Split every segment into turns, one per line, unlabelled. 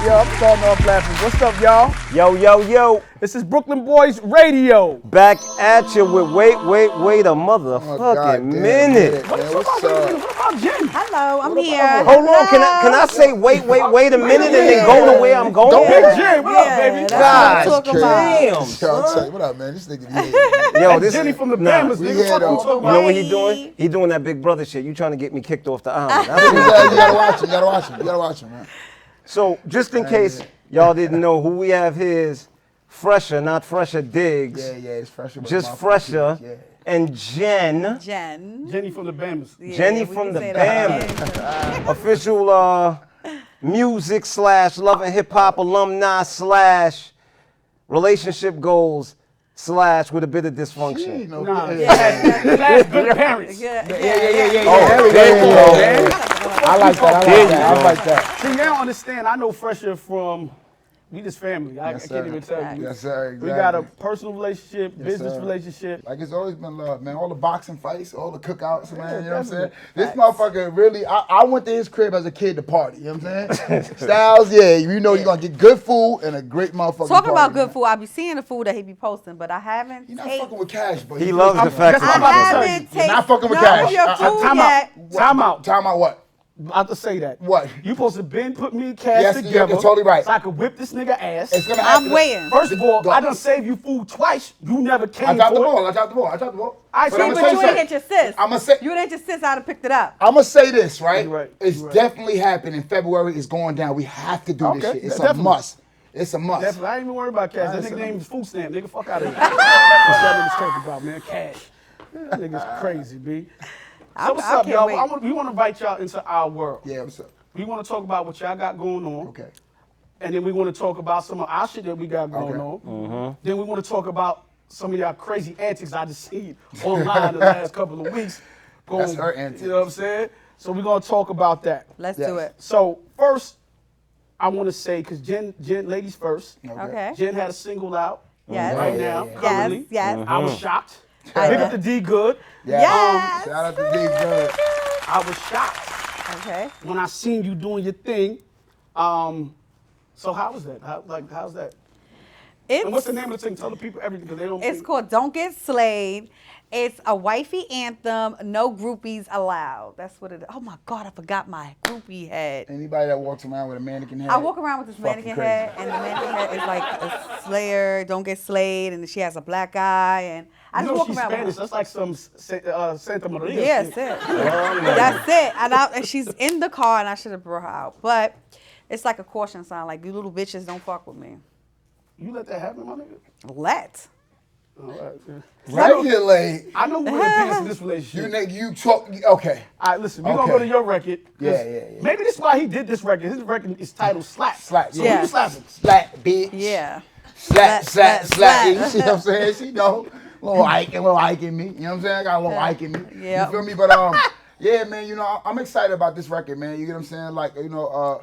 Yo, I'm starting off laughing. What's up, y'all?
Yo, yo, yo,
This is Brooklyn Boys Radio.
back at you with wait, wait, wait a motherfucking
Oh, goddamn
minute.
minute, man. What's up? Oh,
What about Jen?
Hello, I'm here.
Hold on, can I can I say wait, wait, wait a minute and then go to where I'm going?
Don't
Hey,
Yeah.
Jen, what up,
Yeah,
baby?
that's what I'm
Guys,
talking
Crazy.
about.
Damn,
Y'all
son.
tell you, what up, man? This nigga here.
Yo,
That's Jenny from the Bamas,
We
nigga. Fuck
here,
you
though.
talking
You know
about?
what he doing? He doing that Big Brother shit. You trying to get me kicked off the island. That's what
you, gotta, you gotta watch him. You gotta watch him. You gotta watch him, man.
So just in case y'all didn't know who we have here is Fresher, not Fresher Diggs.
Yeah, yeah, it's fresher. with
Just
my
Fresher
Yeah.
and Jen,
Jen.
Jenny from the Bamas.
Yeah,
Jenny
we
from
can
the
say that.
official uh, music slash love and hip hop alumni slash relationship goals slash with a bit of dysfunction.
You know,
Nah,
yeah.
class class good parents.
Yeah, yeah, yeah, yeah, yeah.
Oh, there we go.
There you go.
I like that. I like that. I like that.
See, now I understand. I know Fresher from, we just family. I,
Yes,
I can't
sir.
even tell you.
Yes, sir. Exactly.
We got a personal relationship, business
sir.
relationship.
Like it's always been love, man. All the boxing fights, all the cookouts, man. You know what I'm saying?
definitely.
This motherfucker really. I, I went to his crib as a kid to party. You know what I'm saying? Styles, yeah. You know you're gonna get good food and a great motherfucker.
Talking about good food, I be seeing the food that he be posting, but I haven't.
You're not
ate-
fucking with cash, but
He loves the fact
that's
I
I'm about to
that
tell you,
haven't
you're
taken
not fucking with
none of
cash. Uh,
your
I- I-
food
Time out.
yet.
Time out.
Time out what?
about to say that.
What?
You supposed to been put me and Cass
Yes, you're-
together.
you're totally right.
So I could whip this nigga ass.
It's gonna
I'm
happen.
waiting.
First of all,
Go.
I done saved you food twice. You never came
I dropped the
for it.
ball. I dropped the ball. I dropped the ball.
I see,
I'ma
But
tell
you ain't
something.
hit your sis.
I'ma say-
You didn't hit your sis. I'd have picked it up.
I'm gonna say this, right?
You're right.
It's
You're right.
definitely happening. February is going down. We have to do this
Okay.
shit. It's a
Definitely.
must. It's a must.
That's, I ain't even worried about cash. That
said
nigga
that.
name is Food Stamp. Nigga, fuck out of here. That's what that nigga's talking about, man. Cash. That nigga's crazy, B.
I-
So what's
I
up,
can't
y'all?
wait.
I want, we want to invite y'all into our world.
Yeah, what's up?
We want to talk about what y'all got going on.
Okay.
And then we want to talk about some of our shit that we got going
Okay.
on. Then we want to talk about some of y'all crazy antics I just seen online the last couple of weeks.
That's
Going-
her antics.
You know what I'm saying? So we're gonna talk about that.
Let's
Yes.
do it.
So first, I want to say because Jen, Jen, ladies first.
Okay.
Jen had a single out
Yes.
right
Yeah,
now.
yeah, yeah.
Yes,
Currently.
yes.
I was shocked.
I
Big
know.
up the D good.
Yes.
Shout out to D Good.
I was shocked
Okay.
when I seen you doing your thing. Um, so how was that? How, like how's that? And what's
It's
the name of the thing? Tell the people everything because they don't.
it's
think-
called Don't Get Slayed. It's a wifey anthem. No groupies allowed. That's what it. Oh my God, I forgot my groupie head.
Anybody that walks around with a mannequin head.
I walk around with this
fucking
mannequin
crazy.
head, and the mannequin head is like a slayer, don't get slayed, and she has a black eye, and I
You
just
know
walk
she's
around.
Spanish.
with
That's like some Sa- uh, Santa Maria.
yeah,
shit.
that's it.
Oh
That's it. And, I, and she's in the car, and I should have brought her out, but it's like a caution sign, like you little bitches, don't fuck with me.
You let that happen, my nigga. Oh,
Let.
All right, man.
Regulate.
I know where the penis in this relationship.
You nigga, you talk. Okay.
All right, listen, we're
Okay.
gonna go to your record. 'cause
Yeah, yeah, yeah.
Maybe this is why he did this record. His record is titled Slap.
Slap,
So
yeah.
you slap him.
Slap, bitch.
Yeah.
Slap, slap, slap.
Slap, slap,
Yeah, You see what I'm saying? She know. Little Ike, little Ike in me. You know what I'm saying? I got a little Ike in me.
Yeah.
You feel me? But um, yeah, man. You know, I- I'm excited about this record, man. You get what I'm saying? Like, you know, uh,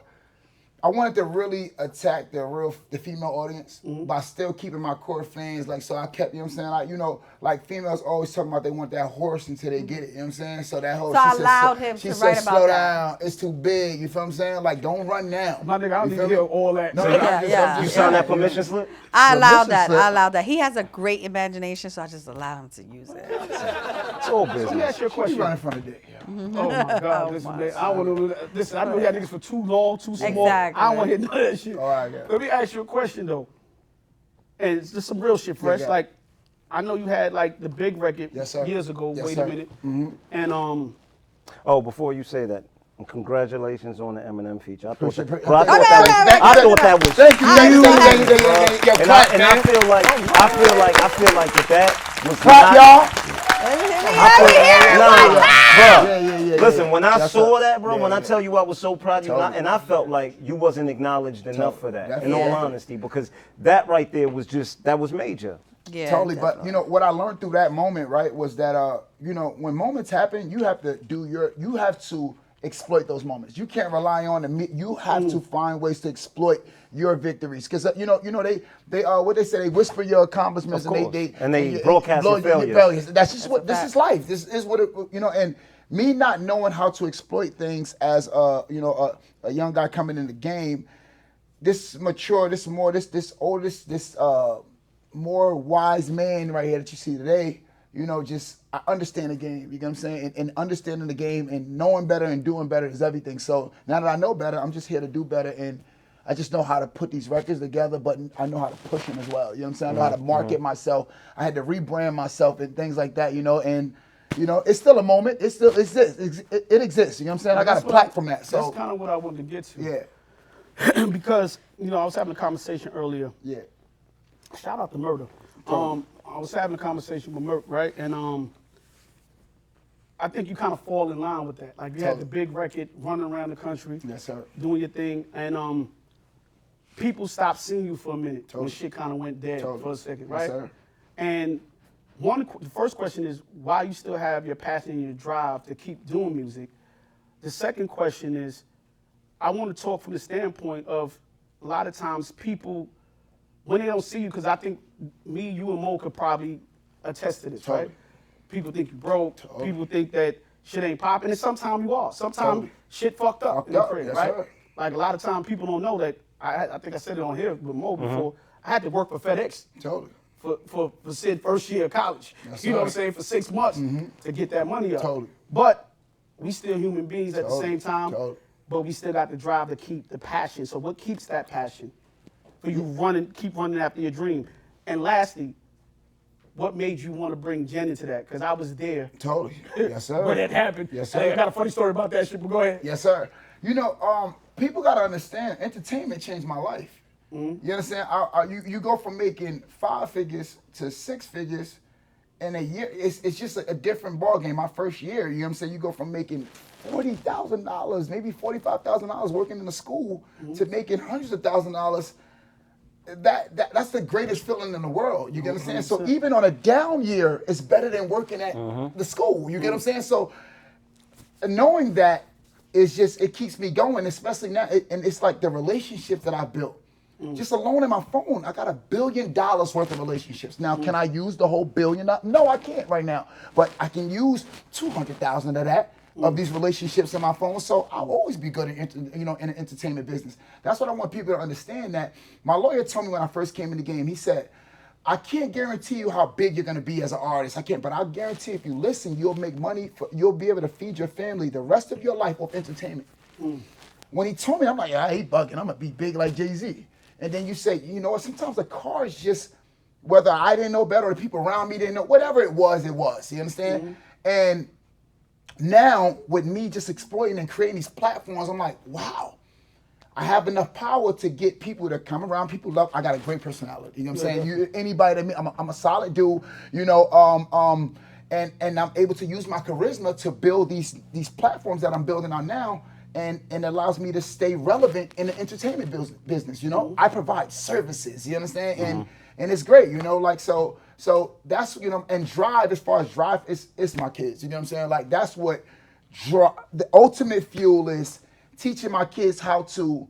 I wanted to really attack the real the female audience
Mm-hmm.
by still keeping my core fans. Like, so I kept, you know what I'm saying? Like, you know, like females always talking about they want that horse until they get it. You know what I'm saying? So that whole
So I
said,
allowed him
she
to
said,
write about
slow
that."
down. It's too big. You feel what I'm saying? Like, don't run now.
My nigga, I
You
don't need
feel
to
me?
hear all that.
No,
So
I'm
you-
just- I'm
yeah.
just
You signed that
saying.
permission slip?
I
Well,
allowed
this is
that.
a-
I allowed that. He has a great imagination, so I just allow him to use it.
It's all
Let me
business.
ask you a
She
question.
running from the dick.
Oh my God,
Oh
listen,
my
man, I want to listen. I know y'all niggas for too long, too small.
Exactly.
I don't want to hear none of that shit.
All right, I got it.
Let me ask you a question though, and it's just some real shit, fresh.
got it.
Like, I know you had like the big record
Yes, sir.
years ago.
Yes,
wait
sir. Mm-hmm.
a minute, and um,
Oh, before you say that, congratulations on the Eminem feature. I thought that,
Appreciate-
bro, I thought
Okay,
that was,
okay,
I
okay.
thought that was
Thank you, thank you,
huge.
thank you, thank you, thank you. Yo,
And I,
clap,
and I
man.
feel like, I feel like, I feel like if that was
Clap,
not-
y'all.
I feel- Nah, bruh.
Yeah, yeah, yeah, yeah.
Listen, when I
That's
saw
right.
that, bro,
Yeah,
when I
yeah.
tell you I was so proud of you, and I,
Totally.
and I felt like you wasn't acknowledged enough for that, in all
Definitely.
honesty, because that right there was just, that was major.
Yeah.
totally. But you know what I learned through that moment, right, was that uh, you know, when moments happen, you have to do your, you have to exploit those moments. You can't rely on the me You have to
Mm.
find ways to exploit your victories, because uh, you know, you know they, they uh, what they say, they whisper your accomplishments,
Of
and
course.
they, they,
And they
you-
broadcast
blow
your failures.
That's just what
a
this
fact.
is life. This is what it, you know, and me not knowing how to exploit things as a, you know, a, a young guy coming in the game. this mature, this more, this this oldest, this uh more wise man right here that you see today, you know, just I understand the game. You know what I'm saying? And, and understanding the game and knowing better and doing better is everything. So now that I know better, I'm just here to do better and I just know how to put these records together, but I know how to push them as well. You know what I'm saying? I know how to market myself. I had to rebrand myself and things like that, you know, and you know, it's still a moment. It still exists. It it exists. You know what I'm saying? I got
That's
a
what
plaque from that. So
that's kind of what I wanted to get to.
yeah,
because you know I was having a conversation earlier.
yeah,
Shout out to Murder. Um, I was having a conversation with Murder, right? And um, I think you kind of fall in line with that. Like you had
Totally.
the big record running around the country,
Yes, sir.
doing your thing, and um, people stopped seeing you for a minute when shit kind of went dead
Totally.
for a second,
Yes,
right?
sir.
And one, qu- the first question is why you still have your passion and your drive to keep doing music. The second question is, I want to talk from the standpoint of a lot of times people when they don't see you, because I think me, you, and Mo could probably attest to this, right?
Totally.
People think you broke. People think that shit ain't popping, and sometimes you are. Sometimes
Totally.
shit fucked up
Fucked
in the
up,
crib,
yes,
right?
sir.
Like a lot of times people don't know that. I, I think I said it on here with Mo before. I had to work for FedEx
Mm-hmm. totally.
for, for, for Sid first year of college.
That's
you know what I'm
right.
saying? For six months to get that money up.
Mm-hmm. Totally.
But we still human beings at
Totally.
the same time.
Totally.
But we still got the drive to keep the passion. So what keeps that passion? For you running, keep running after your dream. And lastly, what made you want to bring Jen into that? Because I was there
Totally. Yes, sir.
when it happened.
Yes,
And I
sir.
got a funny story about that shit, but go ahead.
Yes, sir. You know, um, people gotta understand. Entertainment changed my life. You understand? I, I, you you go from making five figures to six figures in a year. It's it's just a, a different ball game. My first year, you know what I'm saying? You go from making forty thousand dollars, maybe forty five thousand dollars working in the school, to making hundreds of thousand dollars that, that that's the greatest feeling in the world. You get what I'm saying? So even on a down year, it's better than working at the school. You get what I'm saying? So knowing that is just it keeps me going, especially now. It- and it's like the relationships that I built. Just alone in my phone, I got a billion dollars worth of relationships. Now, can I use the whole billion? do- No, I can't right now. But I can use two hundred thousand of that of these relationships in my phone. So I'll always be good at enter- you know in the entertainment business. That's what I want people to understand. That my lawyer told me when I first came in the game. He said, I can't guarantee you how big you're gonna be as an artist. I can't, but I guarantee if you listen, you'll make money. For, you'll be able to feed your family the rest of your life off entertainment. When he told me, I'm like, I ain't bugging. I'm gonna be big like Jay Z. And then you say, you know what? Sometimes the car is just whether I didn't know better or the people around me didn't know. Whatever it was, it was. You understand? And now with me just exploiting and creating these platforms, I'm like, wow. I have enough power to get people to come around. People love. I got a great personality. You know what I'm saying? You, anybody that me, I'm a, I'm a solid dude. You know, um, um, and and I'm able to use my charisma to build these these platforms that I'm building on now, and and allows me to stay relevant in the entertainment bus- business. You know, I provide services. You understand? And and it's great. You know, like so so that's you know, and drive as far as drive is it's my kids. You know what I'm saying? Like that's what draw the ultimate fuel is teaching my kids how to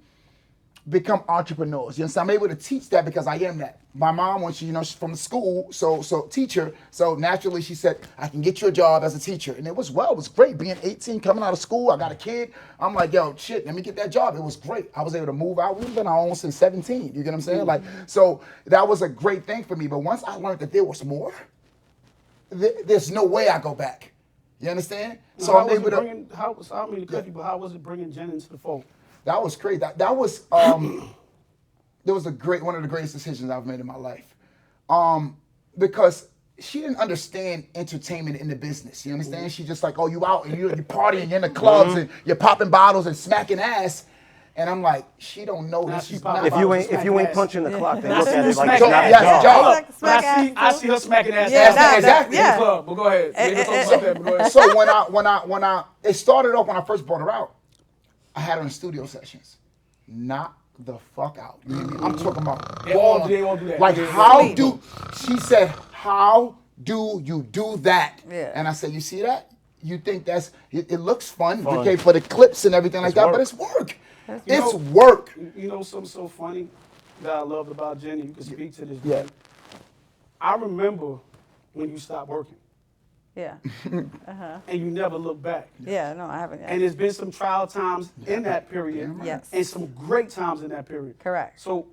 become entrepreneurs. You understand? I'm able to teach that because I am that. My mom, when she, you know, she's from school, so so teacher, so naturally she said, I can get you a job as a teacher. And it was well, it was great being 18, coming out of school. I got a kid. I'm like, yo, shit, let me get that job. It was great. I was able to move out. We've been our own since 17. You get what I'm saying? Like,
Mm-hmm.
so that was a great thing for me. But once I learned that there was more, th- there's no way I go back. You understand? So
how
I'm
was it
able to
bringing, how was, I don't mean to cut you, but how was it bringing Jen into the fold?
That was crazy. That, that was um, that was a great one of the greatest decisions I've made in my life, um, because she didn't understand entertainment in the business. You understand? She just like, oh, you out and you you partying you're in the clubs and you're popping bottles and smacking ass, and I'm like, she don't know
Nah,
this
she
is
popping
not.
If you ain't
Smack
if you ain't
ass.
punching the clock, they
I
look
see
at
you
it like
smack
it's not
ass.
a
Yes,
job.
job.
When
Smack- smack
I see,
ass,
I
too.
see her smacking ass.
Yeah,
Yeah,
nah, nah,
exactly.
yeah. Eh,
In the club, but go ahead. We ain't gonna talk about that, but go ahead.
so when I when I when I it started off when I first brought her out, I had her in studio sessions. Knock the fuck out. You hear me? I'm talking about
They won't
balling.
do- they won't do that.
Like
They won't
how
do
do she said, How do you do that?
Yeah.
And I said, You see that? You think that's it, it looks fun, okay, for the clips and everything like
It's
that,
work.
but it's work.
You
It's
know-
work.
You know something so funny that I loved about Jenny? You can speak to this.
Yeah.
Jen. I remember when you stopped working.
Yeah.
and you never look back.
Yeah. No, I haven't. Yet.
And there's been some trial times in that period,
Damn
right. Yes.
and some great times in that period.
Correct.
So,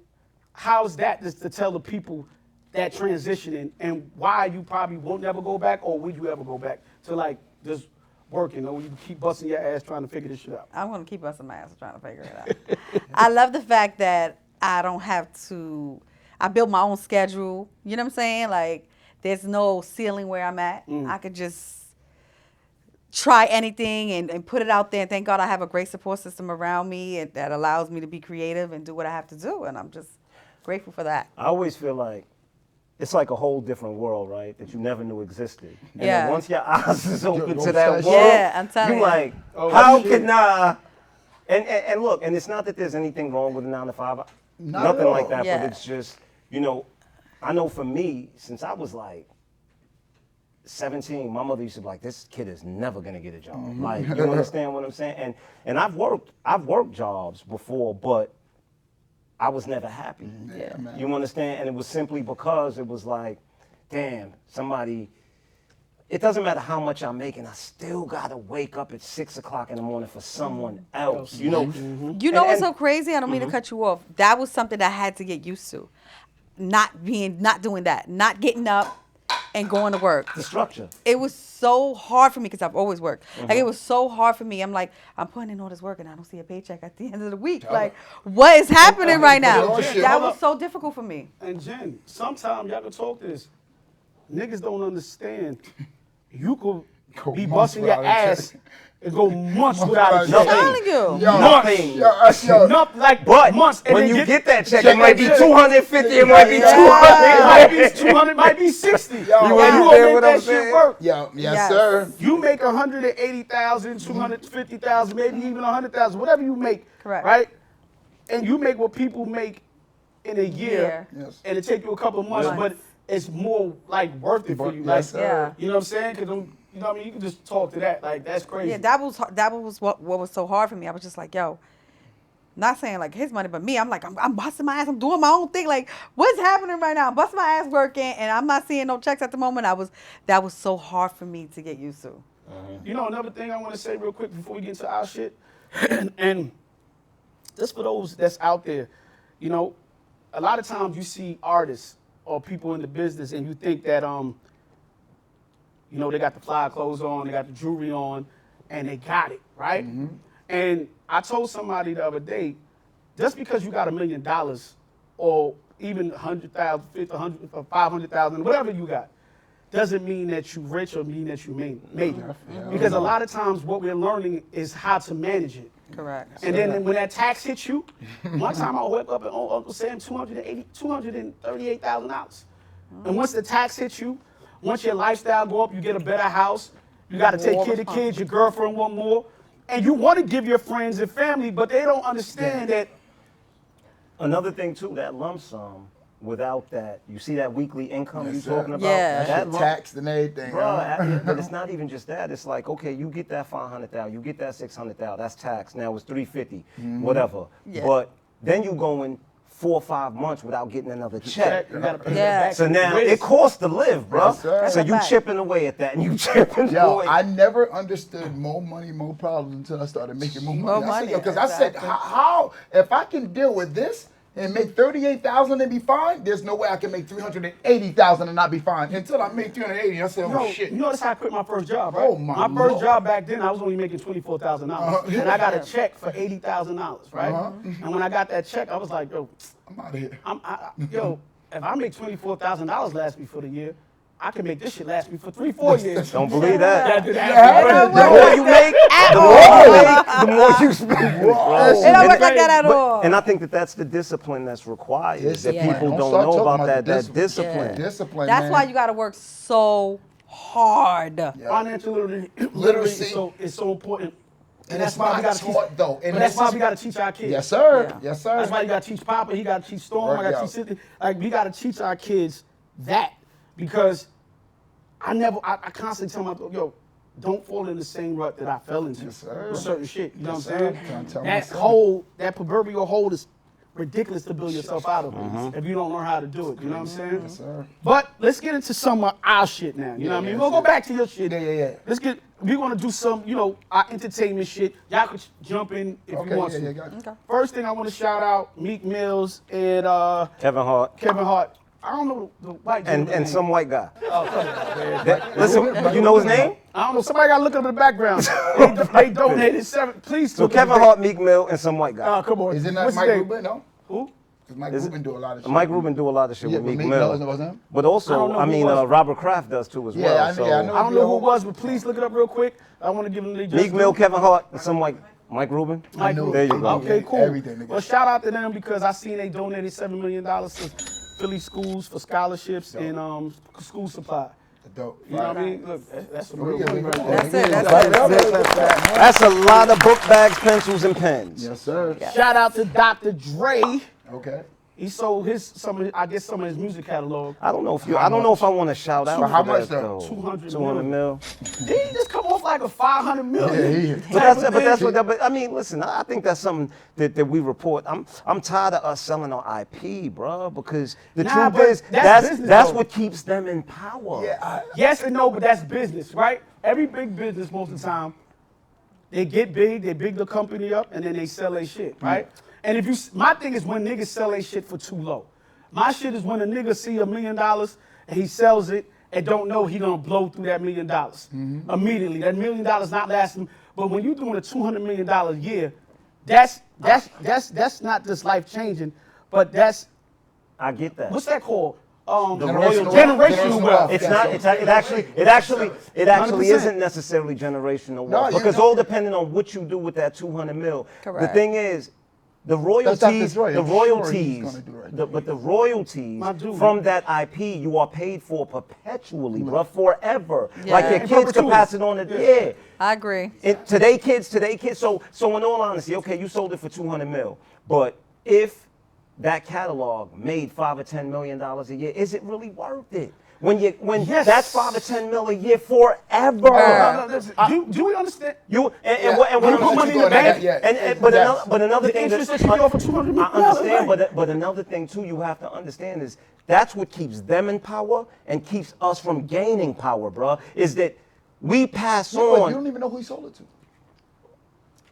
how's that just to tell the people that transitioning and why you probably won't never go back, or will you ever go back to like just working, or you keep busting your ass trying to figure this shit out?
I'm gonna keep busting my ass trying to figure it out. I love the fact that I don't have to. I build my own schedule. You know what I'm saying? Like, there's no ceiling where I'm at.
Mm.
I could just try anything and, and put it out there. And thank God I have a great support system around me and, that allows me to be creative and do what I have to do. And I'm just grateful for that.
I always feel like it's like a whole different world, right? That you never knew existed. And then
Yeah.
once your eyes is open
yo,
to that world,
shit.
Yeah, I'm telling
you
you.
like,
Oh,
how
shit.
can I? And, and and look, and it's not that there's anything wrong with a nine to five,
Not
nothing
at
like
all.
that.
Yeah.
But it's just, you know, I know for me, since I was like 17, my mother used to be like, this kid is never gonna get a job.
Mm-hmm.
Like, you understand what I'm saying? And and I've worked, I've worked jobs before, but I was never happy.
Yeah.
man.
You understand? And it was simply because it was like, damn, somebody. It doesn't matter how much I'm making, I still gotta wake up at six o'clock in the morning for someone else. You know,
Mm-hmm.
You know
And- and- Mm-hmm.
what's so crazy? I don't mean to cut you off. That was something that I had to get used to. Not being, not doing that, not getting up and going to work.
the structure.
it was so hard for me because I've always worked. Like
Uh-huh.
it was so hard for me. I'm like, I'm putting in all this work and I don't see a paycheck at the end of the week. Like, what is happening right now?
Oh,
shit.
That
Hold
was
up.
so difficult for me.
And Jen, sometimes y'all can talk this. Niggas don't understand. You could
Go
be
months
busting your
without a check.
ass and go months without a
without a
check.
I'm telling you.
Yo,
Nothing.
Yo, us, yo.
Not like
But
months. and
when
then
you get, that check,
check
it might
that
be
check.
250, it might be
Yeah.
200.
it might be 200, might be 60. You
You
understand
make
what I'm
that
saying?
shit work.
Yo, yes,
Yes.
sir.
You make 180,000, 250,000, maybe even 100,000, whatever you make.
Correct.
Right? And you make what people make in a year.
Year.
Yes.
And it take you a couple of months,
Months.
but it's more like worth it for you.
Yes,
Like,
sir.
Yeah.
You know what I'm saying? Because, you know what I mean? You can just talk to that. Like, that's crazy.
Yeah, that was har- that was what what was so hard for me. I was just like, yo, not saying like his money, but me. I'm like, I'm, I'm busting my ass. I'm doing my own thing. Like, what's happening right now? I'm busting my ass working, and I'm not seeing no checks at the moment. I was that was so hard for me to get used to.
You know, another thing I want to say real quick before we get into our shit, and, and just for those that's out there, you know, a lot of times you see artists or people in the business, and you think that um, you know, they got the fly clothes on, they got the jewelry on, and they got it right. And I told somebody the other day, just because you got a million dollars or even a hundred thousand, fifty, hundred, or five hundred thousand, whatever you got, doesn't mean that you rich or mean that you made. made. it. Because a lot of times what we're learning is how to manage it.
Correct.
And then when that tax hits you, one time I whipped up and oh, owe Uncle Sam $280 $238,000. And once the tax hits you, once your lifestyle go up, you get a better house, you got to take
More
care of the kids, your girlfriend want more. And you want to give your friends and family, but they don't understand that
Another thing too, that lump sum. Without that, you see that weekly income
Yes,
you
sir.
talking about.
Yeah.
That
That
lump-
taxed and everything.
Bro,
huh?
but it's not even just that. It's like, okay, you get that five hundred thousand, you get that six hundred thousand. That's tax. Now it's three
Mm-hmm.
whatever.
Yeah.
But then you going four or five months without getting another check.
you got to pay it
Yeah.
back.
So now
Risk.
it costs to live, bro.
Yes, sir.
so
That's a
you
fact.
chipping away at that, and you chipping
Yo,
away.
I never understood more money, more problems until I started making more money.
More
I said, yo,
money,
because I said,
exactly.
how, how if I can deal with this and make thirty-eight thousand and be fine, there's no way I can make three hundred and eighty thousand and not be fine. Until I made three hundred eighty, I said, oh
You know,
shit.
You notice how I quit my first job, right?
Oh, my
first
Lord.
job back then, I was only making twenty four thousand
Uh-huh.
dollars, and I got a check for eighty thousand dollars, right?
Uh-huh.
And when I got that check, I was like, yo,
I'm out of here.
I'm, I, I- yo, if I make twenty four thousand dollars last me for the year, I can make this shit last me for three, four years.
Don't believe that.
That- that-
Yeah.
The more you make, the more you make, the more you spend. bro.
It don't
It don't
And-
work like that at
But-
all.
And I think that that's the discipline that's required. That
Discipline.
people
Don't
don't,
start
know
talking
about,
about
that.
the
That
discipline.
discipline.
Discipline.
That's
man.
why you got to work so hard.
Financial literacy, literacy
Literacy.
is, so, is so important.
And it's not taught,
teach,
though. And
but that's
this
why
is-
we gotta teach our kids.
Yes, sir.
Yeah.
Yes, sir.
That's why you gotta teach Papa. He gotta teach Storm.
Work
I gotta
out.
teach Cynthia. Like we gotta teach our kids that because I never, I, I constantly tell my yo, don't fall in the same rut that I fell into
Yes, sir.
with certain shit. You know
Yes,
what I'm
sir. Tryna
saying?
tell
That
myself.
hole, that proverbial hole is ridiculous to build yourself out of it if you don't learn how to do it. You know what I'm saying?
sir.
But let's get into some of our shit now. You know what I mean?
yeah,
We'll go
sure.
back to your shit.
Yeah, yeah, yeah.
Let's get. We're gonna do some, you know, our entertainment shit. Y'all could jump in if
Okay,
you want
yeah,
to.
yeah, got it.
Okay.
First thing I want to shout out Meek Mills and uh,
Kevin Hart.
Kevin Hart. I don't know the white
And,
dude's
and
name.
some white guy.
Yeah.
That- listen, you know his name?
I don't know. Somebody got to look up in the background. they, they donated seven. Please.
So
look up
Kevin
the-
Hart, Meek Mill, and some white guy.
Oh, come on.
Is it not
What's his
Mike
name?
Rubin? No.
Who?
Because Mike
Is it-
Rubin do a lot of shit.
Mike Rubin do a lot of shit
Oh. Yeah,
with
but
Meek
Meek Mill
Mill.
is not him.
But
I don't
also,
know
I
who
mean,
was.
uh, Robert Kraft does too as
Yeah,
well.
I- yeah,
so
I know.
I don't know who it was, but please look it up real quick. I want to give them the
Meek Mill, Kevin Hart, and some white Mike Rubin.
I know.
There you go.
Okay,
Yeah,
cool.
everything, nigga.
well, shout out to them because I seen they donated seven million dollars to Philly schools for scholarships and um, school supply.
Dope.
You know what I mean? Look, that- that's a real
Yeah,
thing right
yeah,
there.
That's it,
yeah.
that's it,
That's a lot of book bags, pencils, and pens.
Yes, sir.
Shout out to Dr. Dre.
Okay.
He sold his some. Of, I guess some of his music catalog.
I don't know if you. I don't know if I want to shout out.
For how
for
much,
that,
though?
200
200
mil.
mil.
Did he just come off like a 500 million?
Yeah, he-
type
But that's,
of
but that's
thing?
what that, but I mean, listen, I I think that's something that, that we report. I'm I'm tired of us selling our IP, bro, because the
Nah, but
truth is
that's
that's
business,
that's
though.
what keeps them in power.
Yeah, I,
Yes and no, but that's business, right? Every big business, most of the time, they get big, they big the company up, and then they sell their shit, right? And if you, s- my thing is when niggas sell their shit for too low. My shit is when a nigga see a million dollars and he sells it and don't know he gonna blow through that million dollars immediately. That million dollars not lasting. But when you doing a two hundred million dollar year, that's that's that's that's not just life changing, but that's
I get that.
what's that called? Um,
The
generational,
royal-
generational
generational
wealth.
wealth.
It's
Yeah,
not.
so-
It's, it actually. It actually. It actually
100%.
isn't necessarily generational
No,
wealth
you-
because all depending on what you do with that 200 mil. The
Correct.
thing is, the royalties.
Dre.
The
I'm sure he's
royalties.
gonna do right.
the- but the royalties
My dude.
from that IP you are paid for perpetually, bro, forever.
Yeah.
Like your
In
kids could
perpetuity.
pass it on to yeah.
I agree.
It, today kids, today kids. So so in all honesty, okay, you sold it for 200 mil, but if that catalog made five or ten million dollars a year. Is it really worth it? When you when
Yes.
that's five or ten mil a year forever.
No,
Uh,
no, listen, do, do we understand?
You and, and what and
You
what
put
I'm
money in the bank,
and, and,
yeah.
but
Yes.
another but another
The
thing
interest that you get off for $200 million,
I understand,
right.
but but another thing too you have to understand is that's what keeps them in power and keeps us from gaining power, bruh. Is that we pass
But you
on.
don't even know who he sold it to.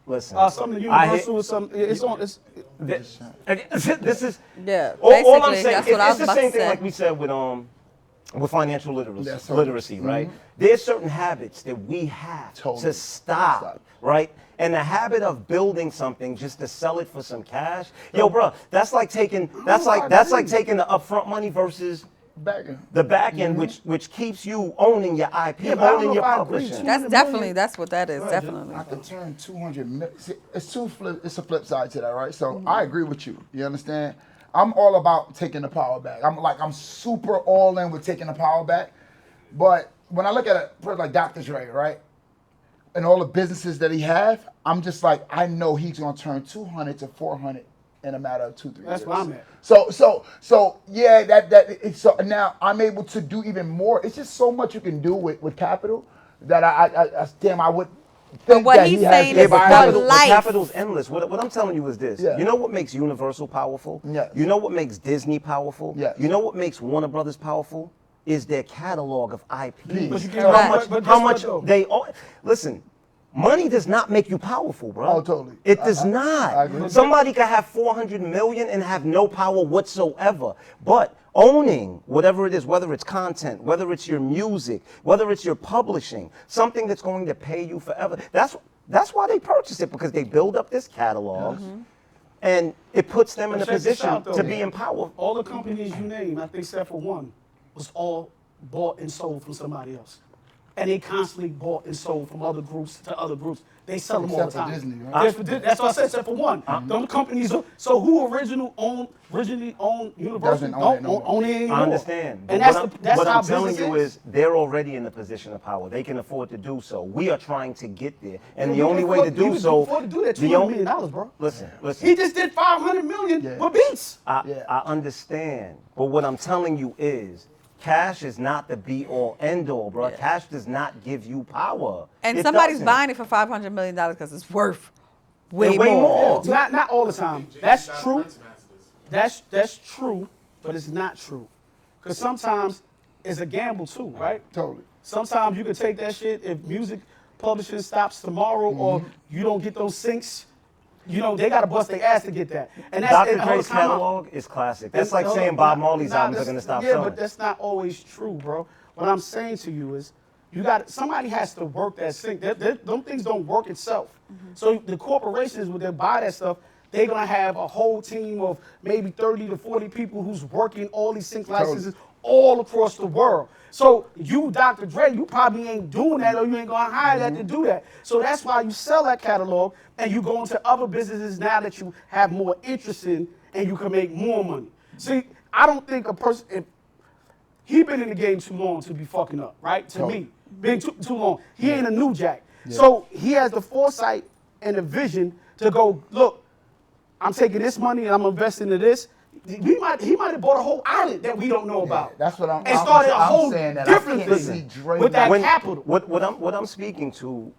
Listen,
Uh, something
I
universal
hit-
or something. It's on. It's,
This, this is
Yeah,
All, all I'm
basically,
saying
that's
is
what
it's
I was
the
about
same
to
thing
say.
like we said with um with financial literacy,
That's right.
literacy,
Mm-hmm.
right? There's certain habits that we have
Totally.
to stop,
Stop.
right? And the habit of building something just to sell it for some cash, yo, bro, that's like taking that's like that's like taking the upfront money versus
Back in.
the back end, which which keeps you owning your IP,
Mm-hmm. Yeah, but I don't know
owning your
if I agree
publishing.
to
That's
million.
definitely that's what that is. Definitely.
I could turn 200 mil. see, It's two flip. It's a flip side to that, right? So
Mm-hmm.
I agree with you. You understand? I'm all about taking the power back. I'm like I'm super all in with taking the power back. But when I look at a person like Dr. Dre, right, and all the businesses that he have, I'm just like I know he's gonna turn 200 to 400 in a matter of two three
That's
years.
where I'm at.
So so so yeah, that that it's so now I'm able to do even more. It's just so much you can do with with capital that I I, I, I damn I would. think
what
that
he's
he has
saying
the
is
but
for
environment-
capital, but
life.
capital's endless. What, what I'm telling you is this.
Yeah.
You know what makes Universal powerful?
Yes.
You know what makes Disney powerful?
Yes.
You know what makes Warner Brothers powerful? Is their catalog of IPs.
But you can't-
how
Right.
much,
but- but
how
guess what,
much
though?
they own. Listen, money does not make you powerful, bro.
Oh, totally.
It
I-
does
I-
not.
I agree.
Somebody could have 400 million and have no power whatsoever. But owning whatever it is, whether it's content, whether it's your music, whether it's your publishing, something that's going to pay you forever. That's that's why they purchase it because they build up this catalog.
Mm-hmm.
And it puts them in a
Check this
position
out, though.
to be in power.
All the companies you name, I think except for one, was all bought and sold from somebody else. And they constantly bought and sold from other groups to other groups. They sell them all the
Except for
time.
Disney, right? Uh-huh.
That's for Di- that's what I said, except for one. Them companies. are- So who original own originally owned Universal
Doesn't own it
don't
no more.
own it anymore.
I understand. but
And that's
what
the,
I'm,
that's
what
how
I'm telling
business
you is they're already in the position of power. They can afford to do so. We are trying to get there. And the
You
only
can
way to
afford- you
do
can
so
afford to do that
the
$200
on-
million, bro.
Listen, listen.
He just did 500 million
Yeah.
with Beats.
I,
Yeah.
I understand, but what I'm telling you is, cash is not the be all end all, bro. Cash does not give you power.
And
It
somebody's
doesn't.
buying it for five hundred million dollars because it's worth way,
way more.
more.
Not not all the time. That's true. that's that's true, but it's not true. Cause sometimes it's a gamble too, right?
Totally.
Sometimes you can take that shit if music publishing stops tomorrow or you don't get those syncs, you know, they gotta bust their ass to get that. And that's
Dr.
and hold
Dre's
on, time out.
catalog is classic. That's
Hold
like
on,
saying Bob
nah,
Marley's
nah,
albums are
that's-
gonna stop
Yeah,
selling.
but that's not always true, bro. What I'm saying to you is, you got somebody has to work that sync. That, that, them things don't work itself. So the corporations when they buy that stuff, they're gonna have a whole team of maybe 30 to 40 people who's working all these sync licenses all across the world. So you, Dr. Dre, you probably ain't doing that, or you ain't gonna hire that to do that. So that's why you sell that catalog and you go into other businesses now that you have more interest in, and you can make more money. See, I don't think a person if he been in the game too long to be fucking up, right? To me, been too, too long. He ain't a new jack, so he has the foresight and the vision to go look. I'm taking this money and I'm investing in this. We might he might have bought a whole island that we don't know about.
that's what I'm-
And
I'm-
started a
I'm
whole
saying that I
different
can't see
business
Dre
with that
not-
When-
capital.
What, what I'm what I'm speaking to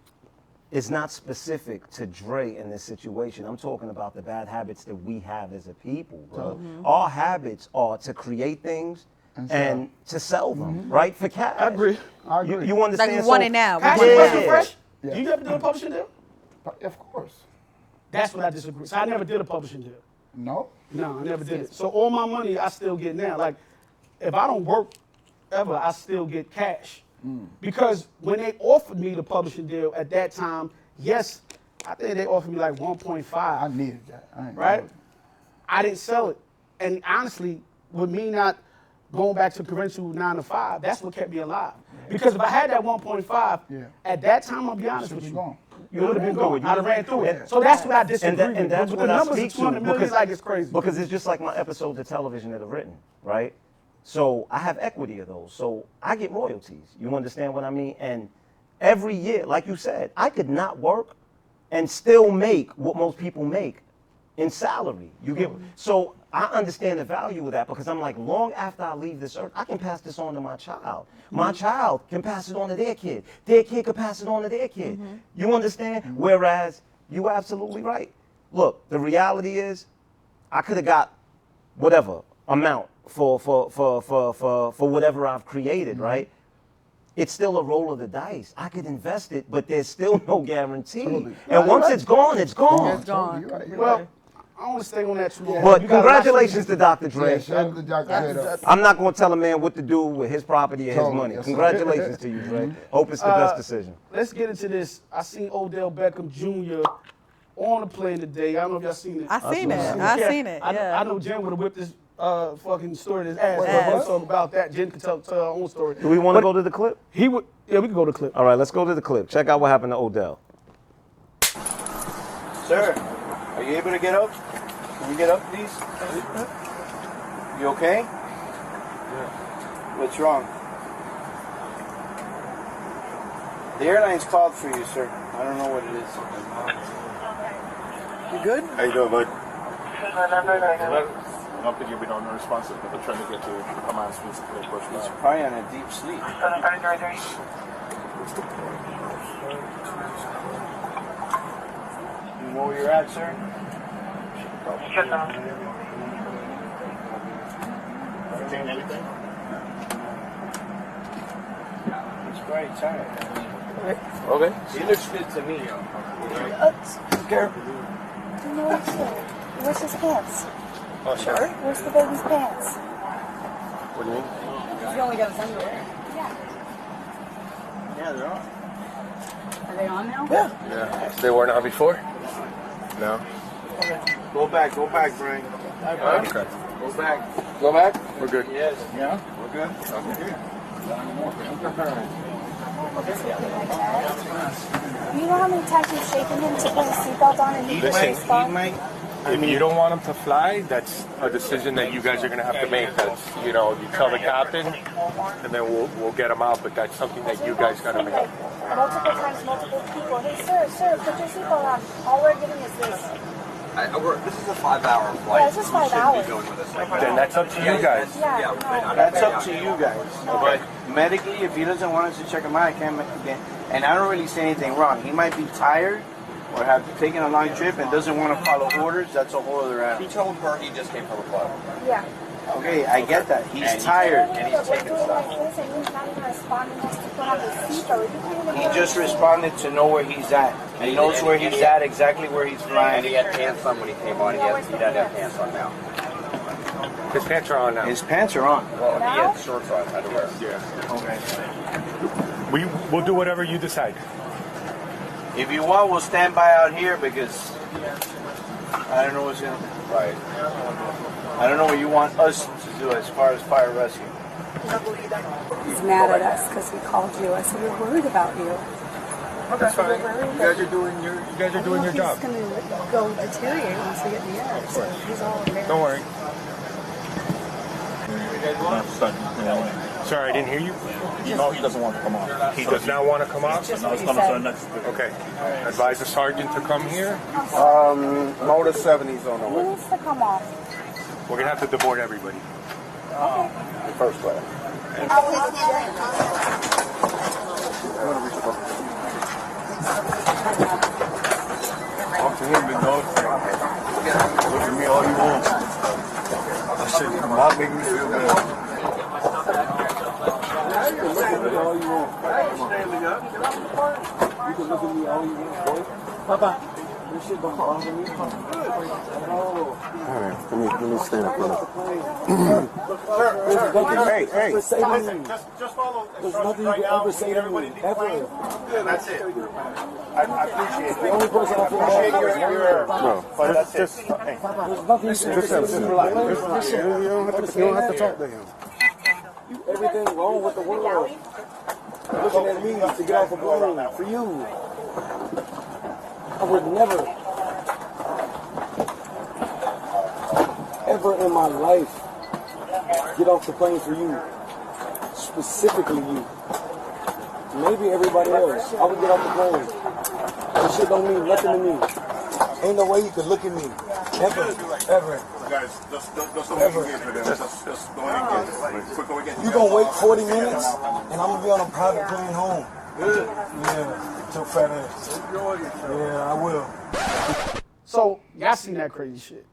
is not specific to Dre in this situation. I'm talking about the bad habits that we have as a people, bro. Our habits are to create things and, to sell them, right? For cash. I
Mm-hmm. agree.
I agree.
You, you understand?
we want it now. We
Can I ask
want
you
it
a
now.
question
Yeah.
fresh?
Yeah.
You never did a publishing deal?
Of course.
That's what I disagree. So I never did a publishing deal.
No.
No, I never did it. So all my money I still get now. Like if I don't work ever, I still get cash. Because when they offered me the publishing deal at that time, yes, I think they offered me like 1.5.
I needed that. I ain't
right?
gonna-
I didn't sell it. And honestly, with me not going back to conventional nine to five, that's what kept me alive. Because if I had that 1.5,
Yeah.
at that time, I'll be honest
Should've
with you,
been gone.
you would have been
Through it.
gone. I'd have ran through
Yeah.
it. So that's what I disagree
and, that, and
with.
that's
But
what
the
I
numbers
speak
of 200
to
million is like it's crazy.
because it's just like my episodes of television that are written, right? So I have equity of those, so I get royalties. You understand what I mean? And every year, like you said, I could not work and still make what most people make in salary. You get so I understand the value of that because I'm like, long after I leave this earth, I can pass this on to my child. My child can pass it on to their kid. Their kid can pass it on to their kid. You understand? Whereas you absolutely right. Look, the reality is, I could have got whatever amount for for for for for, for whatever I've created, right? It's still a roll of the dice. I could invest it, but there's still no guarantee.
Totally.
And once it's gone, it's gone.
It's gone.
You're right, you're right.
well, I don't want to stay on that too long.
But
You got a lot to-
congratulations to Dr.
Yeah,
Dre.
shout out to Dr. Dre, though.
I'm not going to tell a man what to do with his property or his
Totally,
money.
yes, sir.
Congratulations to you, Dre. Hope it's the best decision.
Let's get into this. I seen Odell Beckham Jr. on the plane today. I don't know if y'all seen it.
I seen
what I
it.
said.
I seen it.
I, know- I
Yeah.
know Jen would have whipped this uh, fucking story in his ass.
Wait,
but
what?
we'll talk about that. Jen can tell, tell her own story.
Do we want to
But
go to the clip?
He would. Yeah, we can go to the clip.
All right, let's go to the clip. Check out what happened to Odell.
Sir, are you able to get up? Can you get up, please? You okay? Yeah. What's wrong? The airline's called for you, sir. I don't know what it is. You good?
How you doing, bud?
Hello?
I don't think you've been on responsive, but they're trying to get to command space to play push
He's
line.
probably on a deep sleep. You know where you're at, sir?
Retain anything?
He's probably tired.
Okay.
He looks good to me.
No, it's here. Where's his pants?
Oh, sure.
Where's the baby's pants?
What do you mean?
He's only got his underwear.
Yeah, they're on.
Are they on now?
Yeah. They weren't on before? No.
Go back, go back, Brian. Hi, Brian.
Okay.
Go back.
Go back? We're good.
Yes. Yeah? We're good?
You know how many times you've shaken him to put his seatbelt on and he put
Listen,
his spot?
He might
If you don't want them to fly, that's a decision that you guys are going to have to make. That's, you know, you tell the captain, and then we'll, we'll get them out, but that's something that you guys got to
Like,
make.
multiple times, multiple people. Hey, sir, sir, put your seatbelt on. All we're giving is this.
I, I work, this is a five-hour flight.
Yeah, it's just
We
five
shouldn't be
hours.
going with this like
Then that's up to you guys.
Yeah,
Yeah,
no.
but I'm-
That's up to you guys.
No.
But medically, if he doesn't want us to check him out, I can't. ma- And I don't really see anything wrong. He might be tired or have taken a long trip and doesn't want to follow orders, that's a whole other
He
animal.
told her he just came from a club.
Yeah.
Okay, I get that.
And
He's
he-
tired.
and he's taking stuff.
He just responded to know where he's at. He knows where he's at, exactly where he's
And he
flying.
had pants on when he came on. He, has, he doesn't have pants on now.
His pants are on now.
His pants are on.
Well, he had shorts on, underwear.
yeah.
Okay.
We will do whatever you decide.
If you want, we'll stand by out here because I don't know what's gonna.
Right.
I don't know what you want us to do as far as fire rescue.
He's mad at us because we called you. I said, we're worried about you.
That's fine.
You
guys are doing your you guys are doing your job.
He's going to go deteriorate once we get in the air. So he's all embarrassed.
Don't worry. Sorry, I didn't hear you.
No, he doesn't want to come on.
He does not want to come out.
Just
No,
what
he's
you
coming to the
said.
next.
Okay. Advise the sergeant to come here.
Motor 70s on the
He needs to come off.
We're gonna have to deport everybody.
first class. Talk to him and know Look at me all you want. I said, you're not making me feel good. Look at me all you want. Come on. You can look at me all you want, boy. Papa, this shit don't bother me. No. All right, let me, let me stand up, brother. Hey, hey.
Just just follow
There's nothing you can ever say to me, ever.
That's it.
I, I appreciate
The only person I feel
Appreciate
bad
your- your-
No.
But that's it.
There's nothing you can ever say to me.
You don't have to, you don't have to talk to him.
Everything wrong with the world. Looking at me to get off the balloon for you. I would never, ever in my life, get off the plane for you. Specifically you. Maybe everybody else. I would get off the plane. That shit don't mean nothing to me. Ain't no way you could look at me. Ever, ever.
Guys, just, just, just don't engage with them. Just, just don't engage. Quick, go again.
You gonna wait 40 minutes, and I'm gonna be on a private plane home. Yeah, to fat ass. Yeah, I will.
So y'all seen that crazy shit.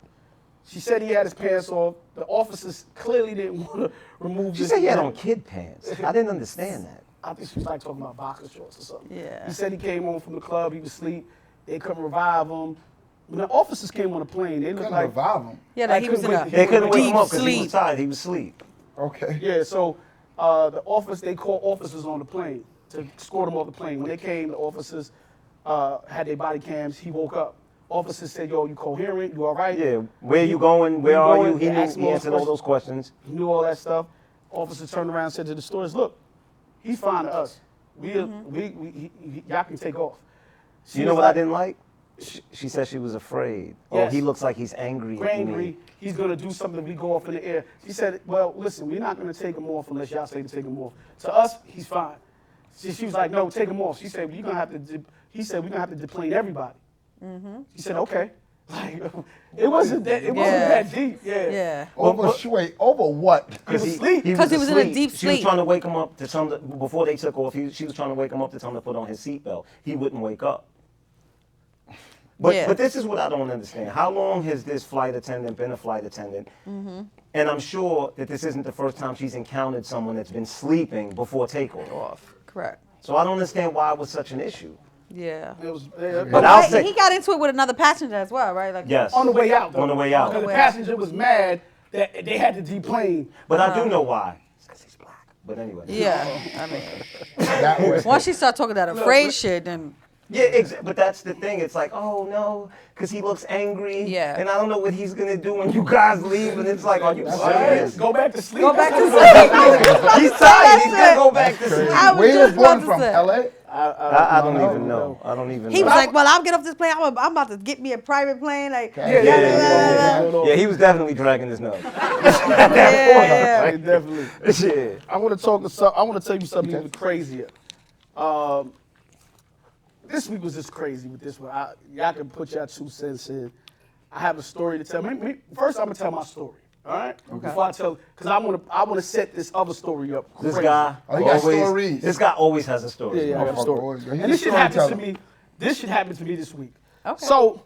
She said he had his pants off. The officers clearly didn't want to remove.
She
this
said he had
man.
on kid pants. I didn't understand that.
I think she was like talking about boxer shorts or something.
Yeah.
He said he came home from the club. He was asleep. They couldn't revive him. When the officers came on the plane, they looked
Couldn't
like
revive him.
Yeah,
I
like he was in
couldn't
a
wait-
They couldn't wake
deep
him up because he
sleep.
was tired. He was asleep.
Okay.
Yeah, so uh, the office they called officers on the plane to escort him off the plane. When they came, the officers uh, had their body cams. He woke up. Officers said, "Yo, you coherent? You all right?
Yeah, where you going? Where are you? He
They
knew,
asked him
he answered all
questions.
those questions.
He knew all that stuff. Officer turned around and said to the stores, look, he's fine to us. We, we, we he, he- y'all can take off. She
Mm-hmm. You know
was
what I didn't like? She, she said she was afraid. Oh,
Yes.
he looks like he's angry.
We're
at me.
angry. He's going to do something. We go off in the air. She said, well, listen, we're not going to take him off unless y'all say to take him off. To us, he's fine. She, she was like, no, take him off. She said, you're going to have to, de-. he said, we're going to have to deplane everybody.
Mm-hmm.
She said, okay. Like, it wasn't that, it wasn't
Yeah.
that deep. Yeah.
Yeah.
Over wait, over what?
He was
he-
asleep.
Because he was in a
asleep.
deep
She was
sleep.
trying to wake him up to tell him to, before they took off. He, she was trying to wake him up to tell him to put on his seatbelt. He wouldn't wake up. But
Yeah.
but this is what I don't understand. How long has this flight attendant been a flight attendant?
Mm-hmm.
And I'm sure that this isn't the first time she's encountered someone that's been sleeping before takeoff.
Correct.
So I don't understand why it was such an issue.
Yeah.
It was, yeah.
But I'll
Right,
say
he got into it with another passenger as well, right? Like
yes.
On the way out. though.
On the way out.
Because The
way out.
passenger was mad that they had to deplane.
But I
Uh-huh.
do know why. It's because he's black. But anyway.
Yeah. I mean,
That was
once she started talking that afraid shit, then
Yeah, exa- but that's the thing. It's like, oh no, because he looks angry.
Yeah.
And I don't know what he's gonna do when you guys leave. And it's like, are you serious?
Go back to sleep.
go back to sleep.
He's tired. He's
That's
gonna
it.
go back to sleep.
I was
Where he was
just about
born
to
from?
say.
LA?
I, I don't even know. I don't even.
He
know.
was like, "Well, I'll get off this plane. I'm, I'm about to get me a private plane." Like,
Yeah, yeah, yeah.
yeah, yeah. yeah, he was definitely dragging his nose.
yeah.
Yeah, definitely.
yeah.
I want to talk. to some- I want to tell you something even crazier. Um, this week was just crazy with this one. I, y'all can put y'all two cents in. I have a story to tell. Me, me- first, I'm gonna tell my story. All right. Before I tell, because I want to. I want to set this other story up.
This
crazy.
guy
Oh, he got
always.
stories.
This guy always has a story.
Yeah, yeah, I got a
Motherfucker
story.
always go- he's
And this
a
shit happened to
storyteller.
me. This shit happened to me this week. Okay. So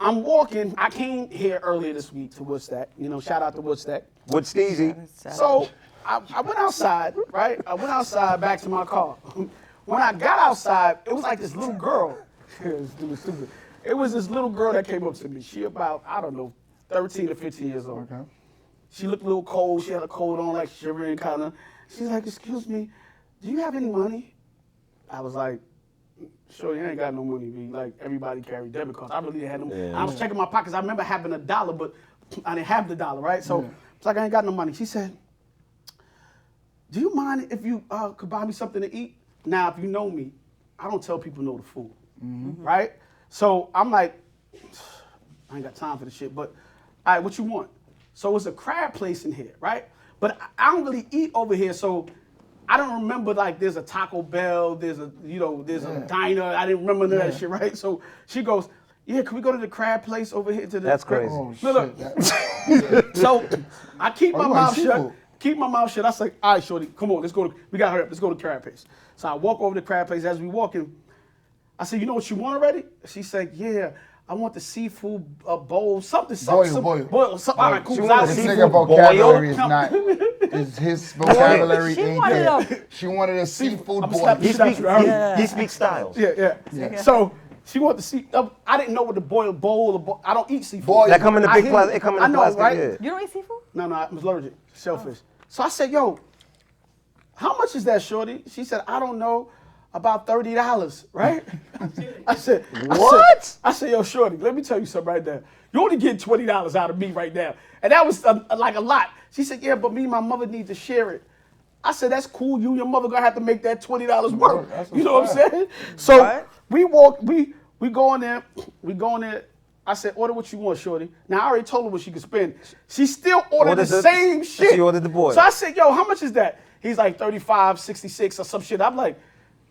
I'm walking. I came here earlier this week to Woodstack. You know, shout out to Woodstack.
Woodsteezy.
So I, I went outside, right? I went outside back to my car. When I got outside, it was like this little girl. it was stupid, stupid. It was this little girl that came up to me. She about, I don't know, 13 or 15 years old. She looked a little cold. She had a coat on, like shivering kind of. She's like, excuse me, do you have any money? I was like, sure, you ain't got no money. B. Like, everybody carry debit cards. I really had them.
Yeah.
I was checking my pockets. I remember having a dollar, but I didn't have the dollar, right? So
Yeah.
it's like, I ain't got no money. She said, do you mind if you uh, could buy me something to eat? Now, if you know me, I don't tell people no to food,
Mm-hmm.
right? So I'm like, I ain't got time for this shit, but all right, what you want? So it's a crab place in here, right? But I- I don't really eat over here, so I don't remember like there's a Taco Bell, there's a you know there's
Yeah.
a diner. I didn't remember none of
Yeah.
that shit, right? So she goes, yeah, can we go to the crab place over here to the?
That's crazy. Oh,
no, look. so I keep
Oh,
my
you want
mouth shut.
seafood?
Keep my mouth shut. I say, all right, shorty, come on, let's go. To, we got to hurry up. Let's go to crab place. So I walk over to crab place. As we walking, I said, you know what you want already? She said, yeah. I want the seafood uh, bowl, something, something,
Boil,
some-
boil.
some- all right, cool.
She
So
wanted
I-
this
seafood
nigga
boil.
vocabulary is
Come-
not. Is his vocabulary
She
ain't
wanted
there. She wanted a seafood
I'ma
boy.
slap the shit out you. I heard it. Yeah, yeah.
Yeah.
So she wanted to see. uh, I didn't know what the boiled bowl. Or bo- I don't eat seafood.
That come in the
I
big
hear
plas-
you.
it come in the
I know,
plastic,
right?
yeah. You
don't eat seafood? No, no. I'm allergic. Shellfish. So I said, "Yo, how much is that, shorty?" She said, "I don't know." About thirty dollars, right? I said, I
What?
said, I said, yo, shorty, let me tell you something right now. You only get twenty dollars out of me right now, and that was uh, like a lot. She said, yeah, but me and my mother need to share it. I said, that's cool. You and your mother gonna have to make that twenty dollars work. You know what I'm saying? So we walk, we we go in there, we go in there. I said, order what you want, shorty. Now I already told her what she could spend. She still ordered,
Ordered
the,
the-
same
she
shit.
ordered the boy.
So I said, yo, how much is that? He's like 35, 66 or some shit. I'm like,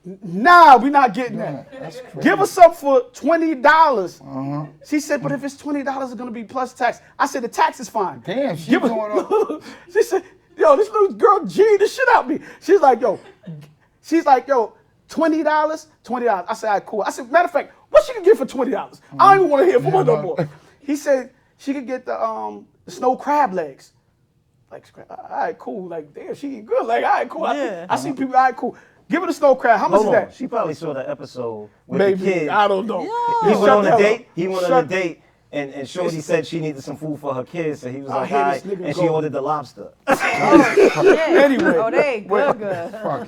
nah, we not getting that. Give us up for twenty dollars. She said, but if it's twenty dollars, it's gonna be plus tax. I said the tax is fine. Damn, she Give going on. she said, yo, this little girl G the shit out me. She's like, yo, she's like, yo, twenty dollars, twenty dollars. I said, all right, cool. I said, matter of fact, what she can get for twenty dollars? I don't even want to hear from her no more. He said she could get the um the snow crab legs. Like, scra- all right, cool. Like, damn, she eat good. Like, all right, cool. I,
Yeah.
I see people, all right, cool. Give her the snow crab. How much
Hold
is
on,
that?
She probably saw that episode with the
Maybe
kid.
I don't know.
He went
Oh, Shut
on
the
a
hell
date.
up.
He went on
Shut-
a date, and and Shorty said she needed some food for her kids, so he was
I
like,
hear
"All
this
right,"
nigga
and she
go-
ordered the lobster.
Anyway.
Oh, they ain't
Wait.
good, good.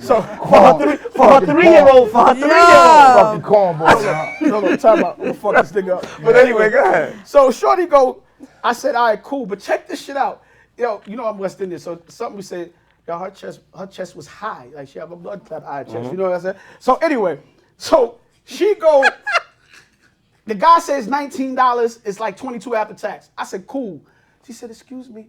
So for her three, for her three year old, for her three year
Oh.
old, fucking cornball. No, no, time out. I'm gonna fuck this nigga up. But anyway, go ahead. So shorty go. I said, all right, cool, but check this shit out. Yo, you know I'm West Indian, so something we said, yo, her chest, her chest was high, like she have a blood clot eye chest.
Mm-hmm.
Mhm.
You know what I said? So anyway, so she go. The guy says nineteen dollars. It's like twenty two after tax. I said, cool. She said, excuse me,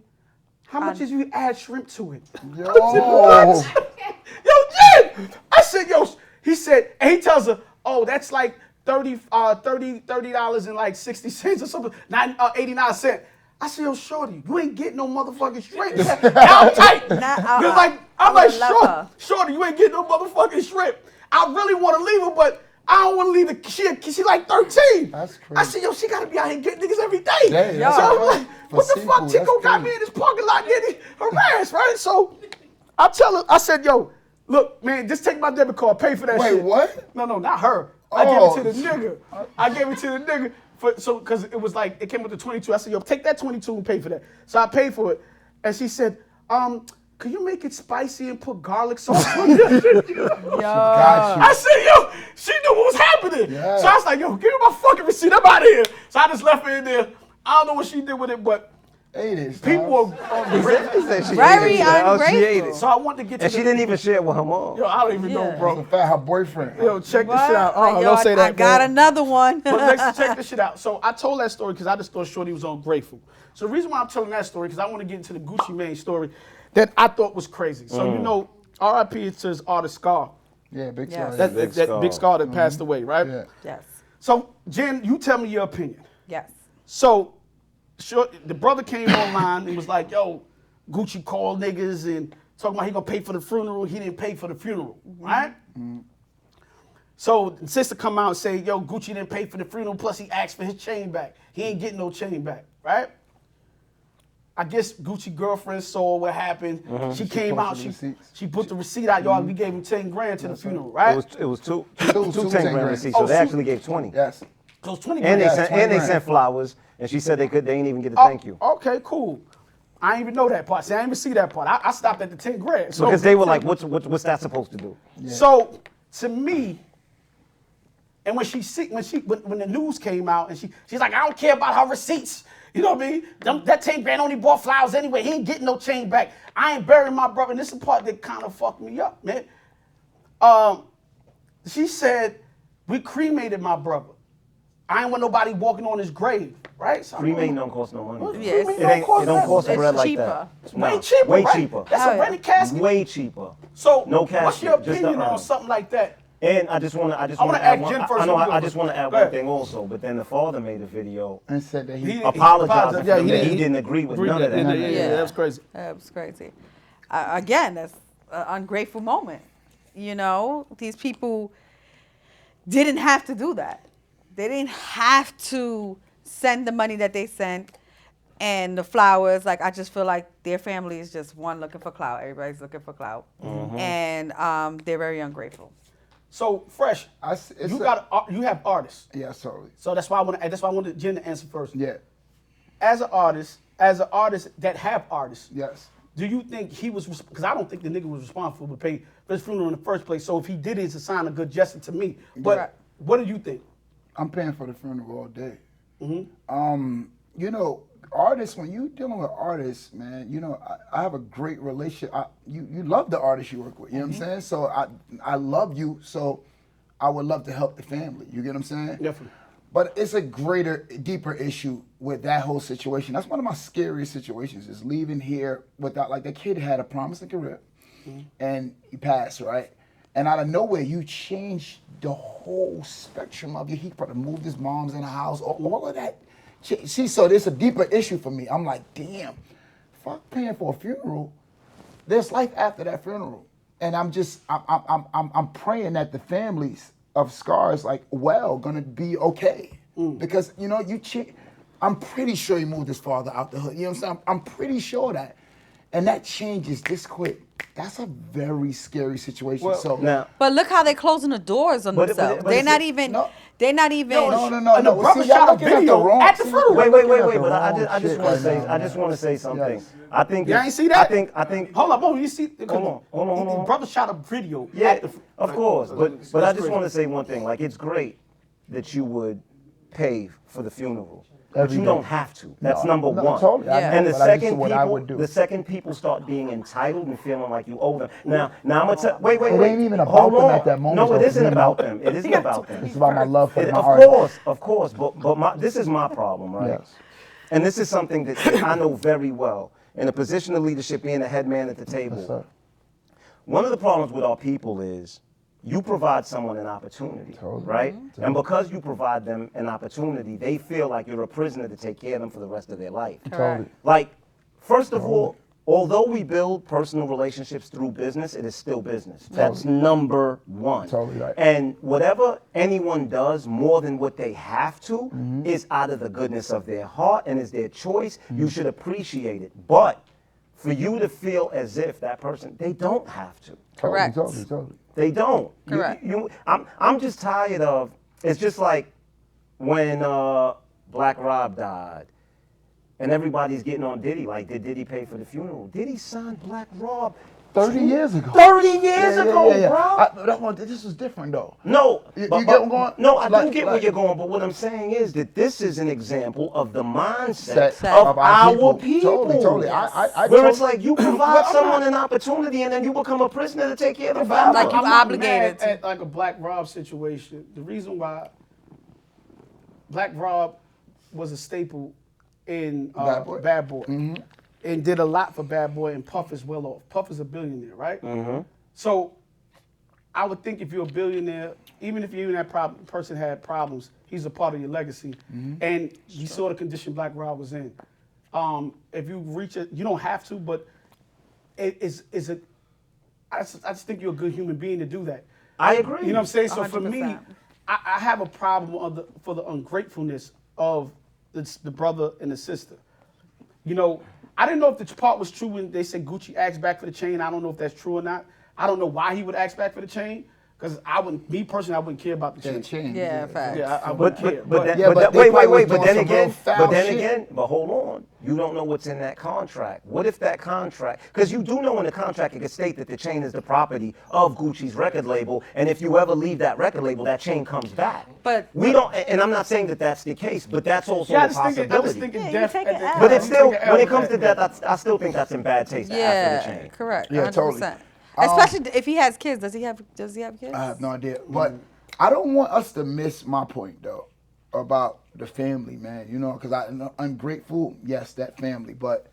how much did you add shrimp to it? I said, what? yo, Jim! I said, yo, he said, and he tells her, oh, that's like 30, uh, 30, 30 dollars and like 60 cents or something, nine, uh, 89 cent. I said, yo, shorty, you ain't getting no motherfucking shrimp. now I'm tight. Cause like, I'm like, shorty, shorty, you ain't getting no motherfucking shrimp. I really want to leave her, but I don't want to leave the kid. She like 13. That's crazy. I said, yo, she got to be out here getting niggas every day.
Damn,
so
that's
I'm
crazy.
like,
For
what the fuck?
seafood,
Chico
that's
got me in this parking lot getting harassed, right? So I tell her, I said, yo, look, man, just take my debit card, pay for that
Wait,
shit.
what?
No, no, not her. I
Oh.
gave it to the nigga. I gave it to the nigga. For, so, because it was like, it came with the 22. I said, yo, take that 22 and pay for that. So I paid for it. And she said, um, can you make it spicy and put garlic sauce on this shit?
Oh.
got you.
I said, yo, she knew what was happening. So I was like, yo, give me my fucking receipt. I'm out of here. So I just left her in there. I don't know what she did with it, but people are
He said- he said she
Very
ate it. Oh, she ate
ungrateful.
it.
So I wanted to get to
And she
the-
didn't even share it with her mom.
Yo, I don't even know, bro.
her boyfriend.
Yo, check this
What?
shit out. Oh,
Yo,
don't
I-
say that.
I got
man.
another one.
but let's check this shit out. So I told that story because I just thought Shorty was ungrateful. So the reason why I'm telling that story because I want to get into the Gucci Mane story that I thought was crazy. So you
Mm.
know, R.I.P. to his artist Scar.
Yeah, big
That,
scar.
that- that big Scar that passed away, right?
Yes.
So Jen, you tell me your opinion.
Yes.
So, sure, the brother came online and was like, "Yo, Gucci called
Mm-hmm.
niggas and talking about he gonna pay for the funeral. He didn't pay for the funeral, right?" So the sister come out and say, yo, Gucci didn't pay for the funeral, plus he asked for his chain back. He ain't getting no chain back, right? I guess Gucci girlfriend saw what happened.
Mhm.
She
She
came
posted
out,
the
she,
receipts. Mm-hmm.
she put the receipt out, y'all. We gave him 10 grand to the funeral, right?
It was it was two two, two, two 10 grand receipts, so
Oh,
they
two-
actually gave twenty.
Yes.
So it's 20
And
grand.
they sent and they sent flowers, and she said they could they ain't even get a
Oh,
thank you.
Okay, cool. I didn't even know that part. See, I didn't even see that part. I, I stopped at the 10 grand.
So because they
oh,
were like, what's what's what's that supposed to do?
So to me, and when she see, when she when, when the news came out and she she's like, I don't care about her receipts. You know what I mean? Them- that 10 grand only bought flowers anyway. He ain't getting no chain back. I ain't burying my brother. And this is the part that kind of fucked me up, man. Um, she said, we cremated my brother. I ain't want nobody walking on his grave, right? So I'm
Cremating
like,
don't cost no money.
What
bro.
do you mean
it,
don't
ain't,
cost
it don't
nothing?
cost
It's
bread like
cheaper.
that.
It's way cheaper,
Way
right?
cheaper.
That's a Oh, yeah. rented casket.
Way cheaper.
So
no
what's
casket,
your
just the
opinion on
urn.
something like that?
And I just want to, I just
I
want
wanna
to
ask
add one.
Jen
I-
first
I know,
what you
I, I
do.
just want to add
Go
one
ahead.
thing also. But then the father made a video
and said that he,
he
apologized.
apologized, yeah,
for
he
that.
didn't-
he didn't agree with
agree
none of
with
that.
that, yeah, yeah, yeah, that was crazy.
That was crazy. Uh, again, that's an ungrateful moment. You know, these people didn't have to do that. They didn't have to send the money that they sent and the flowers. Like, I just feel like their family is just one looking for clout. Everybody's looking for clout.
Mhm.
And um, they're very ungrateful.
So fresh, you
a-
got a, uh, you have artists.
Yeah, sorry.
So that's why I want to. That's why I wanted Jen to answer first.
Yeah.
As an artist, as an artist that have artists.
Yes.
Do you think he was? Because I don't think the nigga was responsible to pay for his funeral in the first place. So if he did, it, it's a sign of good gesture to me. But
Right.
what do you think?
I'm paying for the funeral all day.
Mm-hmm.
Um, you know, artists. When you dealing with artists, man, you know, I, I have a great relationship. I, you you love the artist you work with. You know
Mm-hmm.
what I'm saying? So I I love you. So I would love to help the family. You get what I'm saying?
Definitely.
But it's a greater, deeper issue with that whole situation. That's one of my scariest situations. Is leaving here without like the kid had a promising career, and he passed right. And out of nowhere, you change the whole spectrum of you. He probably moved his mom's in the house, all, all of that. Ch- See, so there's a deeper issue for me. I'm like, damn, fuck paying for a funeral. There's life after that funeral, and I'm just, I'm, I'm, I'm, I'm, I'm praying that the families of scars like well gonna be okay
Mm.
because you know you. Ch- I'm pretty sure he moved his father out the hood. You know what I'm saying? I'm, I'm pretty sure that, and that changes this quick. That's a very scary situation. so
now,
But look how they're closing the doors on
But it- but it-
themselves.
but
they're
it's-
not even. They're not even.
no, no, no, no. See, y'all looking at the wrong- see, y'all
Wait, wait,
looking
wait,
at
wait.
the
But I, I
wrong
just, I just
shit
want
right
to say, uh,
now,
I just
man.
want to say something.
Yes.
I think.
You
it's-
ain't see that?
I think. I think.
Hold on, hold on, you see?
Hold on, hold on, hold on.
brother shot a video.
Yeah,
at the-
of course. But but I just
That's crazy.
want to say one thing. Like it's great that you would pay for the funeral. But
Every
you
day.
don't have to. That's
No,
number
no,
one.
totally. I Yeah. know,
And the
but I just
second
do what I would do.
people, the second people start being entitled and feeling like you owe them. Now, now I'm gonna tell. Wait, wait,
It
wait.
ain't even
Hold
about them
on.
at that moment,
No, it
though.
isn't
You know?
about them. It isn't about them.
It's about my love for
It-
my
of
art.
course, of course. But but my, this is my problem, right?
Yes.
And this is something that I know very well. In a position of leadership, being a head man at the table, one of the problems with our people is you provide someone an opportunity, right?
Mm-hmm.
And because you provide them an opportunity, they feel like you're a prisoner to take care of them for the rest of their life.
Correct. Totally.
Like, first of all, although we build personal relationships through business, it is still business. That's number one. Totally right. And whatever anyone does more than what they have to
Mm-hmm.
is out of the goodness of their heart and is their choice.
Mm-hmm.
You should appreciate it. But for you to feel as if that person, they don't have to.
Correct. Totally, totally.
They don't. You-
Correct.
You, I'm, I'm just tired of. It's just like when uh, Black Rob died, and everybody's getting on Diddy. Like, did Diddy pay for the funeral? Diddy signed Black Rob.
30 years ago.
30 years
Yeah, yeah,
ago,
yeah, yeah.
bro.
I- but that one- this was different, though.
No,
You-
but- but-
you get where I'm going?
No, I do
Like-
get where
like-
you're going, but what I'm saying is that this is an example of the mindset
Set
of,
of our
our
people.
people.
Totally, totally. I- I- I
Where it's
totally-
like you
Well,
provide
I'm
someone an opportunity and then you become a prisoner to take care of them forever.
I'm not mad at like a Black Rob situation. The reason why Black Rob was a staple in uh, Bad
Bad
Boy, Mm-hmm.
Boy.
and did a lot for Bad Boy, and Puff is well off. Puff is a billionaire, right?
Mhm.
So I would think if you're a billionaire, even if you and that prob- person had problems, he's a part of your legacy,
Mm-hmm.
and you saw the condition Black Rob was in. Um, if you reach it, you don't have to, but it is is a I just, I just think you're a good human being to do that.
I agree.
You know what I'm saying? So for me, I, I have a problem of the, for the ungratefulness of the, s- the brother and the sister. You know, I didn't know if the part was true when they said Gucci asked back for the chain. I don't know if that's true or not. I don't know why he would ask back for the chain. Because I wouldn't, me personally, I wouldn't care about the chain.
chain.
Yeah, yeah. facts.
Yeah, I, I
But,
wouldn't care.
but, but, that,
Yeah,
but, that,
they
wait, wait,
probably
wait.
was
But then
doing some real
again,
foul
but then
shit.
again, but hold on. You don't know what's in that contract. What if that contract? Because you do know in the contract it could state that the chain is the property of Gucci's record label, and if you ever leave that record label, that chain comes back.
But-
we don't. And and I'm not saying that that's the case, but that's also
Yeah, I
a
just think it- I
possibility.
just think it Yeah, you death take at an the- L.
but it's
You
still
take an
when
L
it comes to
at that.
death, I, s- I still think that's in bad taste to ask for the
Yeah,
chain.
correct.
Yeah,
100%.
totally. Um,
Especially if he has kids. Does he have? Does he have kids?
I have no idea. But I don't want us to miss my point though about the family, man. You know, because I know ungrateful. Yes, that family, but.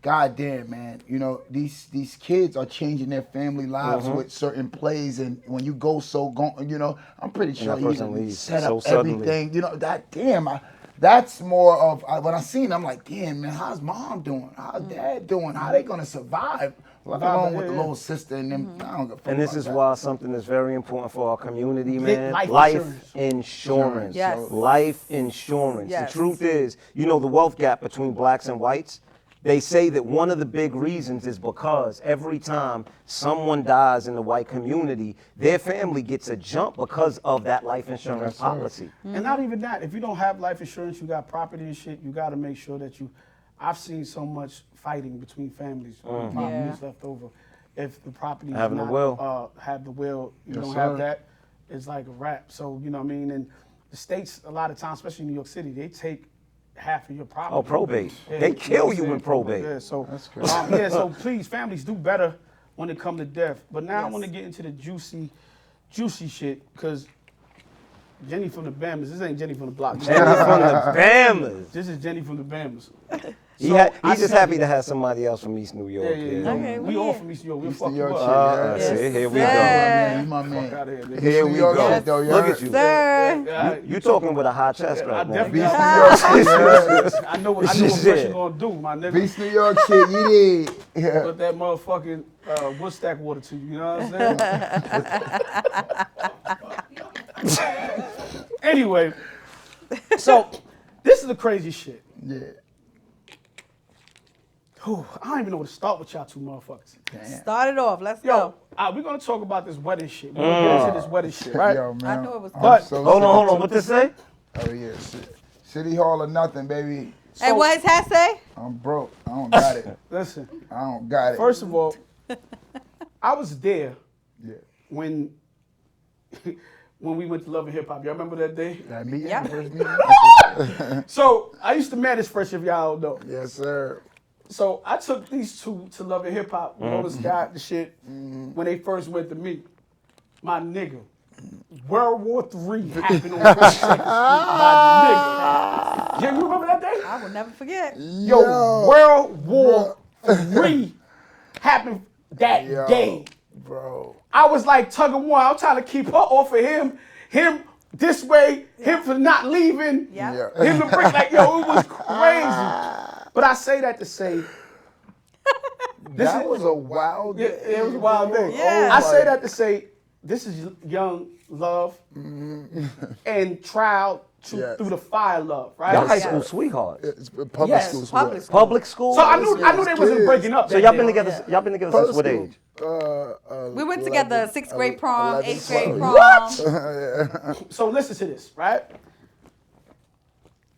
God damn, man! You know these these kids are changing their family lives
Mhm.
with certain plays, and when you go so gone, you know I'm pretty
And
sure
that
you
person
done
leaves
set
so
up
suddenly.
everything. You know that damn. I, that's more of I, when I seen. it, I'm like, damn, man, how's mom doing? How's dad doing? How they gonna survive? Let
Mm. Survive,
alone with
yeah,
the
yeah.
little sister and them. I don't give a fuck
And this
about
is
that.
why something that's very important for our community,
Yeah,
man.
life
Life insurance.
Yes.
Life insurance.
Yes.
The truth is, you know, the wealth gap between blacks and whites. They say that one of the big reasons is because every time someone dies in the white community, their family gets a jump because of that life insurance
That's right.
policy.
And not even that. If you don't have life insurance, you got property and shit. You got to make sure that you. I've seen so much fighting between families,
Mm.
when property is
Yeah.
left over. If the property is
Having a
not
will.
Uh, have the will, you
Yes,
don't have
sir.
that. It's like a wrap. So you know what I mean. And the states, a lot of times, especially in New York City, they take half of your property.
Oh, probate. They
you know
kill
what I'm
you in
saying?
probate.
Yeah. So
That's crazy.
um, yeah. So please, families do better when it comes to death. But now I
Yes.
want to get into the juicy, juicy shit because Jenny from the Bamas. This ain't Jenny from the block.
Jenny from the Bamas.
This is Jenny from the Bamas.
He
So,
ha-
I
he's just
said-
happy to have somebody else from East New
Yeah,
York.
yeah, yeah. we all from East New York. We'll
East
fuck
New
you
York
up.
shit, Uh, yeah. see, here we Yes, go. sir.
Fuck outta here, nigga.
Here we go. Look at you.
Yeah,
You, you talking with a hot chest
I
right now.
definitely got New York shit. I know what I know what
Yeah.
you gonna do, my nigga.
Beast New York shit, you did. Yeah.
Put that motherfucking uh, Woodstack water to you. You know what I'm saying? anyway, so this is the crazy shit.
Yeah.
Whew, I don't even know where to start with y'all two motherfuckers.
Start it off. Let's
Yo, uh, we're gonna talk about this wedding shit. We're gonna
Mm.
get into this wedding shit, right?
Yo, man.
I knew it was
I'm
But-
so
Hold on,
sick
hold
of
on. What this say?
Oh yeah, shit. City Hall or nothing, baby.
and what his hat say?
I'm broke. I don't got it.
Listen.
I don't got it.
First of all, I was there
Yeah.
when when we went to Love and Hip Hop. Y'all remember that day?
That meeting.
Yeah.
first meeting?
so I used to manage Fresh if y'all don't know.
Yes, sir.
So I took these two to Love and Hip Hop with all the
Mhm.
Scott and shit when they first went to meet. My nigga. World War Three happened on Fresh Street. My nigga. Yeah, you remember that day?
I will never forget.
Yo, World War Three happened that day.
Bro.
I was like tugging one. I'm trying to keep her off of him. Him this way. Him for not leaving.
Yeah.
Him to break like yo, it was crazy. But I say that to say this
that was a wild Oh,
yeah, it was a wild day.
Yeah.
I say that to say this is young love
Mm-hmm.
and trial to, through the fire love, right?
Y'all high school sweethearts.
public
Yes, public
school
sweethearts.
school.
Public school.
So I knew- I knew they wasn't breaking up
So
that
y'all
day.
been together. s-
Yeah.
Y'all been together since
Public
what
school.
age?
Uh,
We went together sixth grade prom, eighth grade prom.
What? so listen to this, right?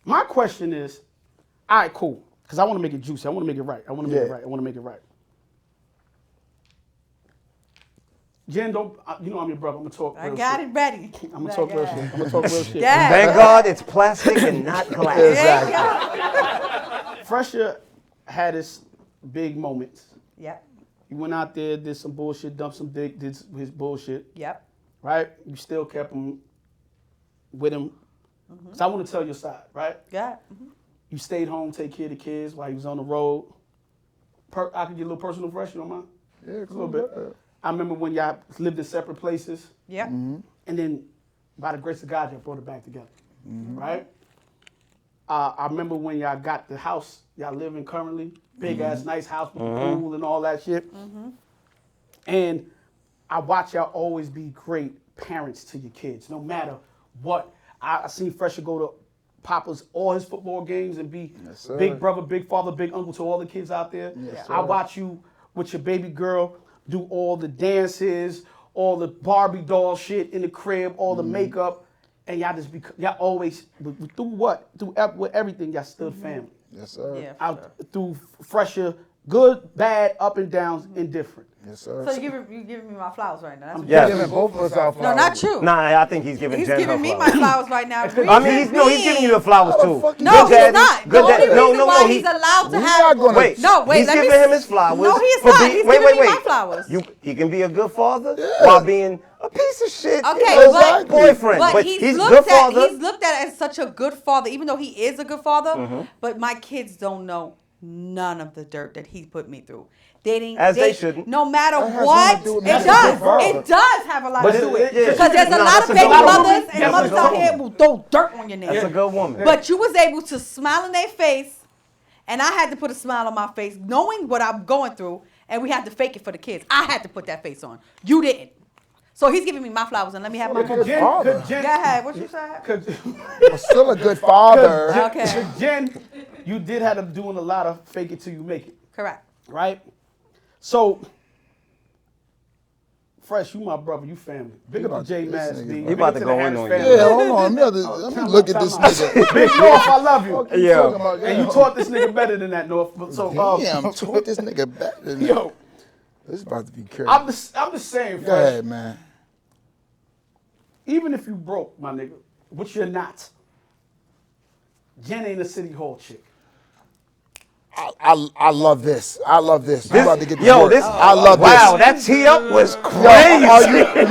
My question is, all right, cool, because I want to make it juicy. I want to make it right. I want to make it
Yeah.
right. I want to make it right. Jen, don't uh, you know I'm your brother? I'm gonna talk.
I
real
got
shit.
it ready.
I'm gonna talk real shit. I'm gonna talk real shit.
Yeah. Thank
God it's plastic and not glass. Exactly.
Fresher had his big moments.
Yep.
You went out there, did some bullshit, dumped some dick, did s- his bullshit.
Yep.
Right? You still kept him with him.
Mm-hmm.
So I want to tell your side, right?
Yeah.
You stayed home, take care of the kids while he was on the road. Per- I could get a little personal fresh, you don't mind?
Yeah,
a little bit. I remember when y'all lived in separate places.
Yep.
Mm-hmm.
Mhm.
And then, by the grace of God, y'all brought it back together,
Mm-hmm.
right? Uh, I remember when y'all got the house y'all live in currently, big
Mm-hmm.
ass nice house with the
Uh-huh.
Mhm.
pool and all that shit.
Mhm.
And I watch y'all always be great parents to your kids, no matter what. I, I seen Fresher go to Papa's all his football games and be
sir.
big brother, big father, big uncle to all the kids out there.
Yes,
I
sir.
watch you with your baby girl do all the dances, all the Barbie doll shit in the crib, all
Mm-hmm.
the makeup, and y'all just be y'all always through what through ev- with everything y'all stood family
Mm-hmm. Yes, sir.
out through fresher, good, bad, up and downs, indifferent.
Mm-hmm. Yes,
So you giving you giving me my flowers right now? That's what
Yes.
you're
Giving
doing.
both of us our
No, not
flowers.
you.
Nah, I think he's giving
He's
Jen her
giving me
flowers.
my flowers right now.
I mean, he's, no, he's giving you the flowers
How the
too.
fuck he- No, he's not. The only
no,
reason
no,
why
no.
he's allowed to
We're
have-
not gonna-
Wait. No, wait,
He's
let me
giving
s-
him his flowers.
No, he is
for
not.
being-
He's
wait,
giving
wait,
me my
wait.
flowers.
You, he can be a good father while being a piece of shit.
Okay,
a
but,
boyfriend.
but
But,
he's,
he's
looked
good
at,
father.
He's looked at as such a good father, even though he is a good father.
Mhm.
But my kids don't know none of the dirt that he put me through. They didn't.
As they shouldn't.
No matter
That has
what,
nothing to do with
it
being a
does.
good father.
It does have a lot
But
to
it-
do with it.
it- yeah.
Because there's a
No,
lot of
that's a
baby
good woman.
mothers
That's a
and mothers
good
out here
woman.
will throw dirt on your name.
That's a good woman.
But you was able to smile in their face, and I had to put a smile on my face, knowing what I'm going through, and we had to fake it for the kids. I had to put that face on. You didn't. So he's giving me my flowers, and let me have my.
Well, could Jen- could
Go ahead. What you said?
I'm still a good father.
Because Jen, Jen, you did have them doing a lot of fake it till you make it,
Correct.
right? So, Fresh, you my brother, you family. Big up to J Mass
nigga,
D.
bro.
Big
about
up
to
the
go in
Harris
on you.
family.
Yeah, hold on. Let
Oh,
me, let me look at this nigga.
Big North, I love you.
Fuck you Yeah. talking about,
And you
yeah.
taught this nigga better than that, North. But So, um,
Oh,
Damn, taught this nigga back. than-
Yo.
this is about to be crazy.
I'm just, I'm just saying,
Go
Fresh.
ahead, man.
Even if you broke, my nigga, which you're not, Jen ain't a city hall chick.
I, I, I love this. I love this. You
This-
about to get to
yo,
work.
this-
I love this.
wow, that tee up was
Yo, are, you,
crazy.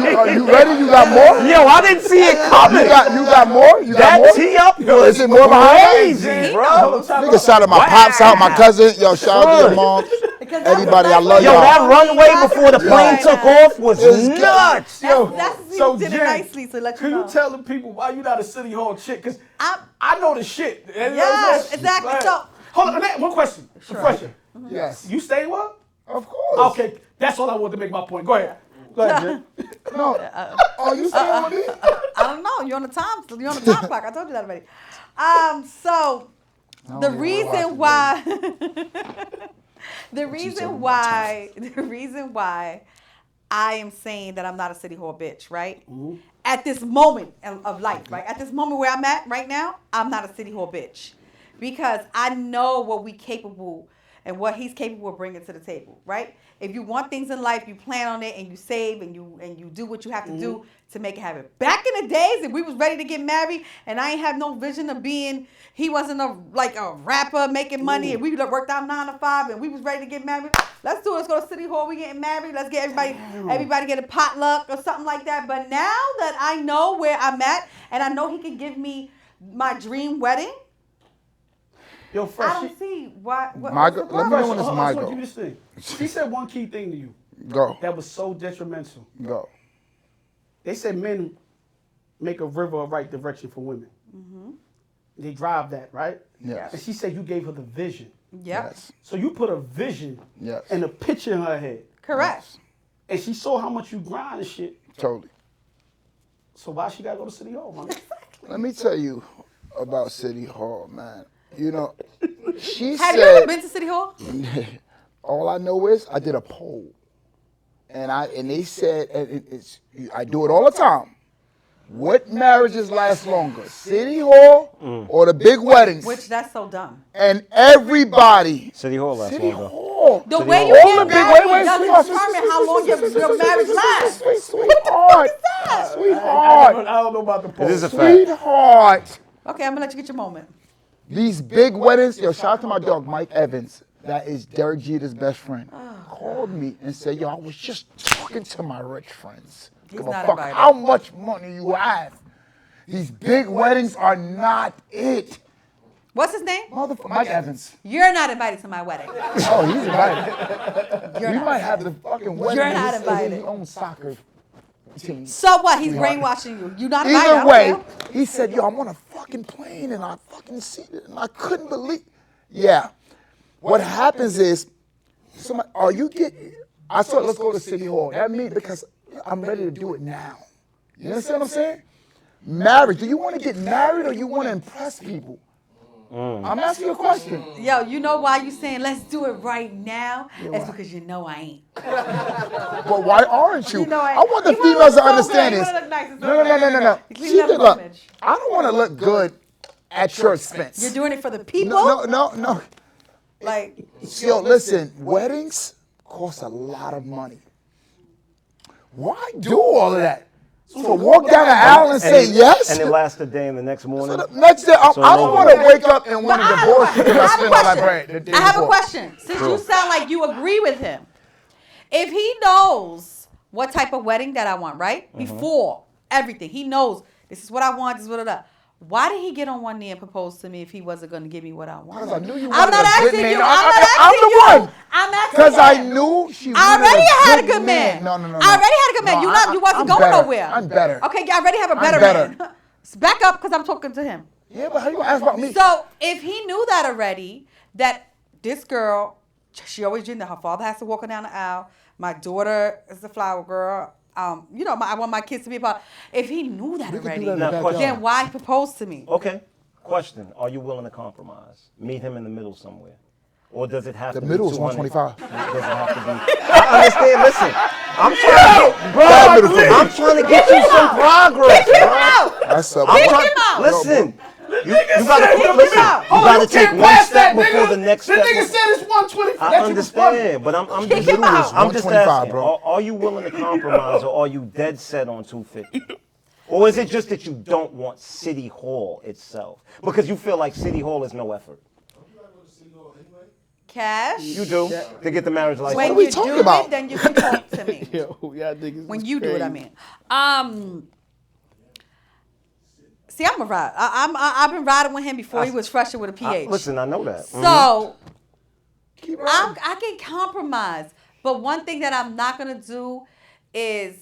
you- are you ready? You got more?
Yo, I didn't see it coming.
You got, you got more? You
That
got more?
tee up was
Is it more behind?
crazy,
bro.
bro.
Nigga, shout out my pops, out my cousin. Yo, shout out to your
Son.
mom. Everybody, I love
Yo,
y'all.
that runway before the
Yo.
plane took off was
It's
nuts.
Yo,
that's-
so
you did it
Jen,
nicely, so let you
can
know.
you tell the people why you not a city hall chick? Cause
I'm-
I know the shit.
Yes, exactly. So- Mm-hmm.
hold on, man, one question. Sure. Question.
Yes.
You stay well?
Of course.
Okay, that's all I wanted to make my point. Go ahead. Go ahead, Jen.
No.
Uh-uh.
Oh, you staying with me?
I don't know. You're on the time. You're on the time clock. I told you that already. Um. So,
Oh,
the reason why. the reason why. The reason why. I am saying that I'm not a city hall bitch, right? At this moment of of life, right? At this moment where I'm at right now, I'm not a city hall bitch because I know what we capable and what he's capable of bringing to the table, right? If you want things in life, you plan on it and you save and you and you do what you have to do to make it happen. Back in the days, if we was ready to get married and I ain't have no vision of being, he wasn't a like a rapper making money and we done worked out nine to five and we was ready to get married. Let's do it. Let's go to city hall. We getting married. Let's get everybody everybody get a potluck or something like that. But now that I know where I'm at and I know he can give me my dream wedding,
Yo, fresh.
I don't see why. What,
My
what's
go-
the
let me
problem?
know when it's
hold
my
on, I just
go.
want to give you this thing. She said one key thing to you
Go.
that was so detrimental.
Go.
They said men make a river of right direction for women.
Mm-hmm.
They drive that, right?
Yes.
And she said you gave her the vision.
Yep.
Yes.
So you put a vision
Yes.
and a picture in her head.
Correct.
And she saw how much you grind and shit.
Totally.
So why she gotta go to City Hall, man?
Let me tell you about City Hall, man. You know, she
Have you
said.
ever been to City Hall?
All I know is I did a poll, and I and they said and it- it's I do it all the time. What marriages last longer, City Hall or the big weddings?
Which that's so dumb.
and everybody,
City Hall last
City
longer.
Hall.
The way you
All the
get
big wait,
married
wait,
doesn't
sweetheart,
determine how long your, your marriage lasts.
Sweet, sweetheart,
I
sweetheart,
don't, I don't know about the poll.
This is a fact.
sweetheart.
Okay, I'm gonna let you get your moment.
These big weddings, yo, shout out to my dog Mike Evans. That is Derek Jeter's best friend.
Ah.
Called me and said, yo, I was just talking to my rich friends. Give a
not
fuck
invited.
how much money you have. These big weddings are not it.
What's his name?
Motherfucker, Mike Evans.
You're not invited to my wedding.
Oh, he's invited.
You're
we
not.
might have the fucking wedding.
You're
in
not
his- in his
invited.
own soccer team.
So what? He's
Sweetheart.
brainwashing you. You're not invited. I
Either
don't
way,
care.
he said, yo, I'm on a fucking plane and I fucking see it and I couldn't believe. Yeah. What happens is, somebody, are you get? I said, let's go to City Hall. That means because I'm ready to do it now. You understand what I'm saying? Married. Do you want to get married or you want to impress people? I'm asking you a question.
Yo, you know why you saying let's do it right now?
Yeah,
That's
why?
because you know I ain't.
But why aren't you?
You know,
I,
I-
want the
you wanna
females to
look so
understand
good, you
this.
wanna look nice, it's
No, no,
okay.
no, no, no, no.
You
She
clean up
did
the
look.
image.
I don't want to look good at your expense.
You're doing it for the people.
No, no, no, no.
Like
Yo, listen, weddings cost a lot of money. Why do all of that? So walk down the aisle and say
it-
yes?
And it lasts a day and the next morning.
Next day, I,
So
I
no
don't want to
way.
wake up and want to
I-
divorce you because
I
I
have a
spent all my
question.
bread the day
I have a
before.
question. Since
Sure.
you sound like you agree with him, if he knows what type of wedding that I want, right?
Mm-hmm.
Before everything, he knows this is what I want. This is what I want. Why did he get on one knee and propose to me if he wasn't going to give me what I want?
Because I knew you
I'm
wanted
not
a good
asking
man.
you.
No,
I'm
I-
not
I-
asking
I'm the
you.
one.
I'm asking
Because I
him.
knew she
I
wanted
already
a
had a
good
good man.
No, no, no. no.
I already had a good man.
No,
you
I-
not, you
I-
wasn't
I'm
going
better.
nowhere.
I'm better.
Okay, I already have a
I'm
better,
better.
man. Back up because I'm talking to him.
Yeah, but how you ask about me?
So if he knew that already, that this girl, she always dreamed that her father has to walk her down the aisle. My daughter is the flower girl. Um, you know, my, I want my kids to be about. If he knew that
We could do
already,
that in the
Now,
backyard.
question.
then why propose to me?
Okay. Question: Are you willing to compromise? Meet him in the middle somewhere, or does it have
The
to
middle
be
is
200?
125.
Does it have to be? I understand. Listen, I'm trying to get, bro.
That middle finger.
I'm trying to get you some progress,
Kick him
bro.
out.
That's a
I'm
Kick
trying-
him out.
Listen, you, you gotta
said
listen.
kick him out.
You gotta take one step before the next step.
it's 125.
I understand, but I'm, I'm
Kick
just,
him out.
I'm just
125,
asking.
bro.
Are, are you willing to compromise, or are you dead set on 250? Or is it just that you don't want City Hall itself because you feel like City Hall is no effort?
Cash.
You do to get the marriage license.
when
are we
you
talking
do
about?
it, then you can talk to me.
Yo, y'all niggas
when
is
you do it, I
crazy.
mean. Um. See, I'm a ride. I, I'm. I, I've been riding with him before he was fresher with a
I-
ph.
listen, I know that.
So.
Mhm.
Mm-hmm.
I'm, I can compromise, but one thing that I'm not gonna do is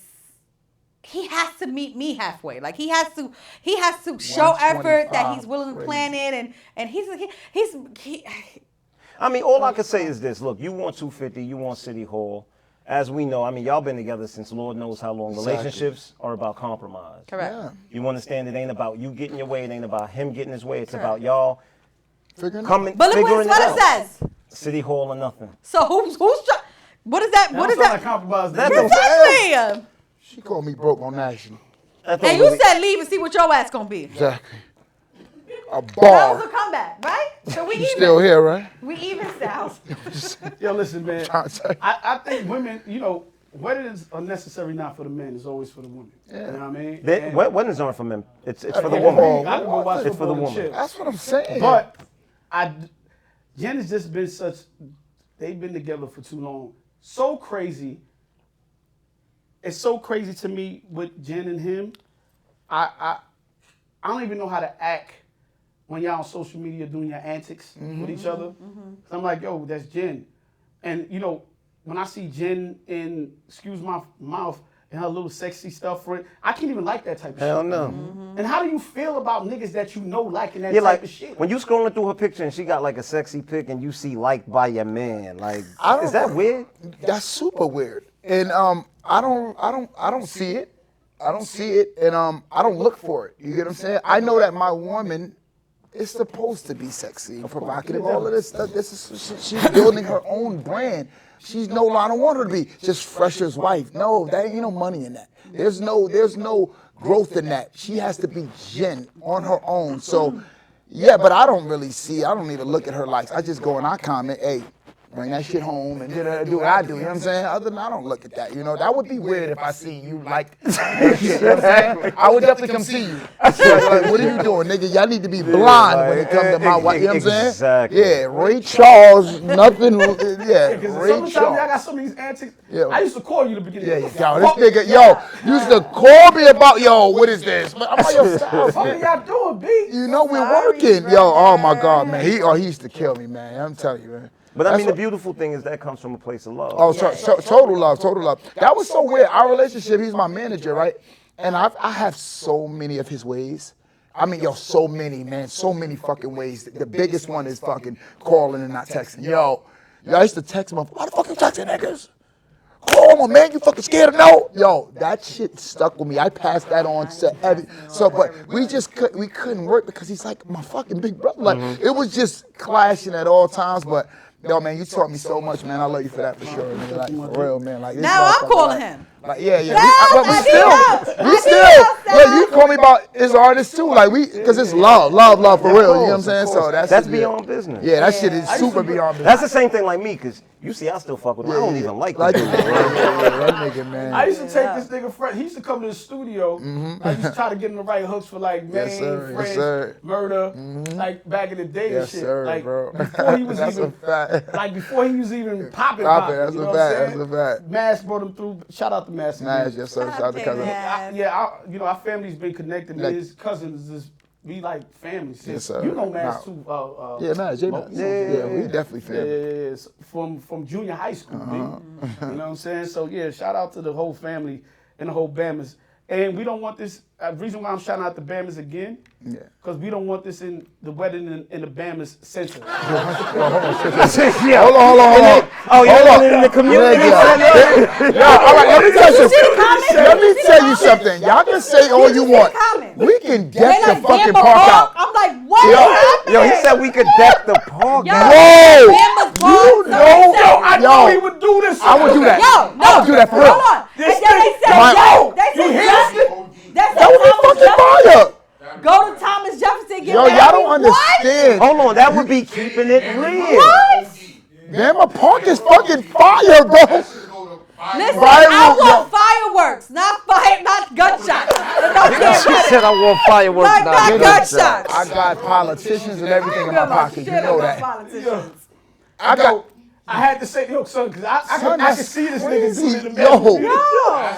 he has to meet me halfway. Like he has to, he has to show effort that he's willing to plan it, and and he's he, he's he,
I mean, all I can say is this: Look, you want 250, you want City Hall. As we know, I mean, y'all been together since Lord knows how long. Relationships are about compromise.
correct.
You understand? It ain't about you getting your way. It ain't about him getting his way. It's about y'all
Figuring it out.
coming,
But look what
figuring
his letter
it out.
says.
City Hall or nothing.
So who's who's try- what is that? What is that?
compromise
That don't,
Precisely.
She called me broke on national.
that don't
And you
really-
said leave and see what your ass gonna be.
Exactly. A
That was a
bar.
comeback, right? So we
You
even.
still here, right?
we even sounds.
Yo, listen, man.
Trying to say.
I, I think women, you know, weddings are necessary not for the men, it's always for the women. You know what I mean?
They,
And-
wed- weddings aren't for men. It's it's for the
Yeah,
woman.
I can go watch
It's for the
football and
woman.
chill.
That's what I'm saying.
But I, Jen has just been such. They've been together for too long. So crazy. It's so crazy to me with Jen and him. I I, I don't even know how to act when y'all on social media doing your antics with each other. 'Cause I'm like, yo, that's Jen, and you know when I see Jen in excuse my mouth and her little sexy stuff for it, I can't even like that type of
Hell
shit.
no.
And how do you feel about niggas that you know liking that
Yeah,
type
like
of shit?
when you scrolling through her picture and she got like a sexy pic and you see liked by your man, like
I don't-
is that weird?
That's super weird. And um, I don't, I don't, I don't see it. I don't see it, and um, I don't look for it. You get what I'm saying? I know that my woman is supposed to be sexy, and provocative, all of this stuff. This is she, she's building her own brand. She's no, I don't want her to be just Fresher's wife. No, that ain't no money in that. There's no, there's no growth in that. She has to be Jen on her own. So, yeah, but I don't really see. I don't even look at her likes. I just go and I comment, hey, bring that shit home and da-da-da, do what I do. You know what I'm saying? Other than I don't look at that. You know, that would be weird if I see you like that shit. You know what I'm saying? I would definitely come see you. Like, what are you doing, nigga? Y'all need to be blind when it comes to my wife. You know what I'm saying?
Exactly.
Yeah, Ray Charles, nothing. uh, Yeah,
Because
Ray
sometimes y'all got
Charles.
some of these antics.
Yeah.
I used to call you to begin.
Yeah,
with.
you got this nigga, yo, used to call me about, yo, what is this? But I'm like, yo, stop,
What
man.
are y'all doing, B?
You know we're
Sorry,
working, yo. Oh my
brother.
God, man. He, oh, he used to kill me, man. I'm telling you, man.
But I
That's
mean,
what-
the beautiful thing is that comes from a place of love.
Oh, to- to- total love, total love. That was so weird. Our relationship, he's my manager, right? And I've, I have so many of his ways. I mean, yo, so many, man, so many fucking ways. The biggest one is fucking calling and not texting. Yo, yo I used to text him, why the fuck you texting niggas? Come on, man, you fucking scared of no? Yo, that shit stuck with me. I passed that on to every. So, but we just could we couldn't work because he's like my fucking big brother. Like it was just clashing at all times. But yo, man, you taught me so much, man. I love you for that for sure, man. Like for real, man. Like this
Now I'm
motherfucker, like-
calling him.
Like yeah, yeah.
No,
we, but we
I
still,
know.
we
I
still. Yeah, you call me about his artist too. Like we, because it's love, love, love for real. You know what I'm saying? So that's
that's
yeah.
beyond business.
Yeah, that shit is
I used
super
to-
beyond business.
That's the same thing like me, cause you see, I still fuck with him. I don't even like,
Like
the
him.
dude.
that nigga, man.
I used to take this nigga friend. He used to come to the studio. I used to try to get him the right hooks for like main,
Mm-hmm. Yes, sir. Yes,
friends,
sir. Mm-hmm.
murder, like back in the day and
Yes,
shit.
sir,
like
bro.
before he was
That's a
even
fact.
like before he was even popping.
Popping,
popping.
that's
you
a
know what I'm
fact,
saying?
that's a fact.
Mass brought him through. Shout out to Mass. again.
Mass, yes, sir. Shout out to Cousin.
I- yeah, I, you know our family's been connected. and
Like-
his cousins is we like family. Since
Yes, sir.
you know Mass
Nah.
too. Uh, uh,
Yeah, Mass, J
Mo-
Mass.
you know,
Yeah, we definitely family.
Yeah, yeah, yeah. S- From from junior high school, nigga.
Uh-huh.
you know what I'm saying? So yeah, shout out to the whole family and the whole Bammers. And we don't want this. Uh, reason why I'm shouting out the Bammers again,
Yeah.
because we don't want this in the wedding in, in the Bammers center.
yeah.
Hold on,
And
hold on, hold on.
then- oh, you
hold
want it in the community
Nigga.
center?
Yo, all right, let me tell
You
you
see the
something. Let me tell you something. Y'all can say all you want. We can deck the fucking park out.
I'm like, what?
Yo, yo, he said we could deck the park.
Yo,
out.
Whoa!
Bama's
You
gone.
know,
Somebody said-
I know he would do this.
I would do that.
Yo, no,
I would do that for real.
Hold on.
This
and then they
thing-
said,
My-
yo, they
You
said,
hear
Jeff-
this?
they said
That would be
Thomas
fucking
Jefferson-
fire.
Go to Thomas Jefferson. Get
Yo,
married.
y'all don't
What? Oh.
understand.
Hold on, that would be keeping it real.
What?
Man, my park is fucking fire, bro. Viral-
Listen, I want fireworks, not fire, not gunshots. There's no
She
difference.
said I want fireworks.
Like
now.
my
Good
gunshots.
shot.
I got politicians and
I
everything
ain't
in my
real
pocket. You
shit
know
about
that.
politicians.
I got.
I had to say, yo, son, because I, I,
Son,
can, I can
that's
see this nigga doing it in the
Yo.
bedroom.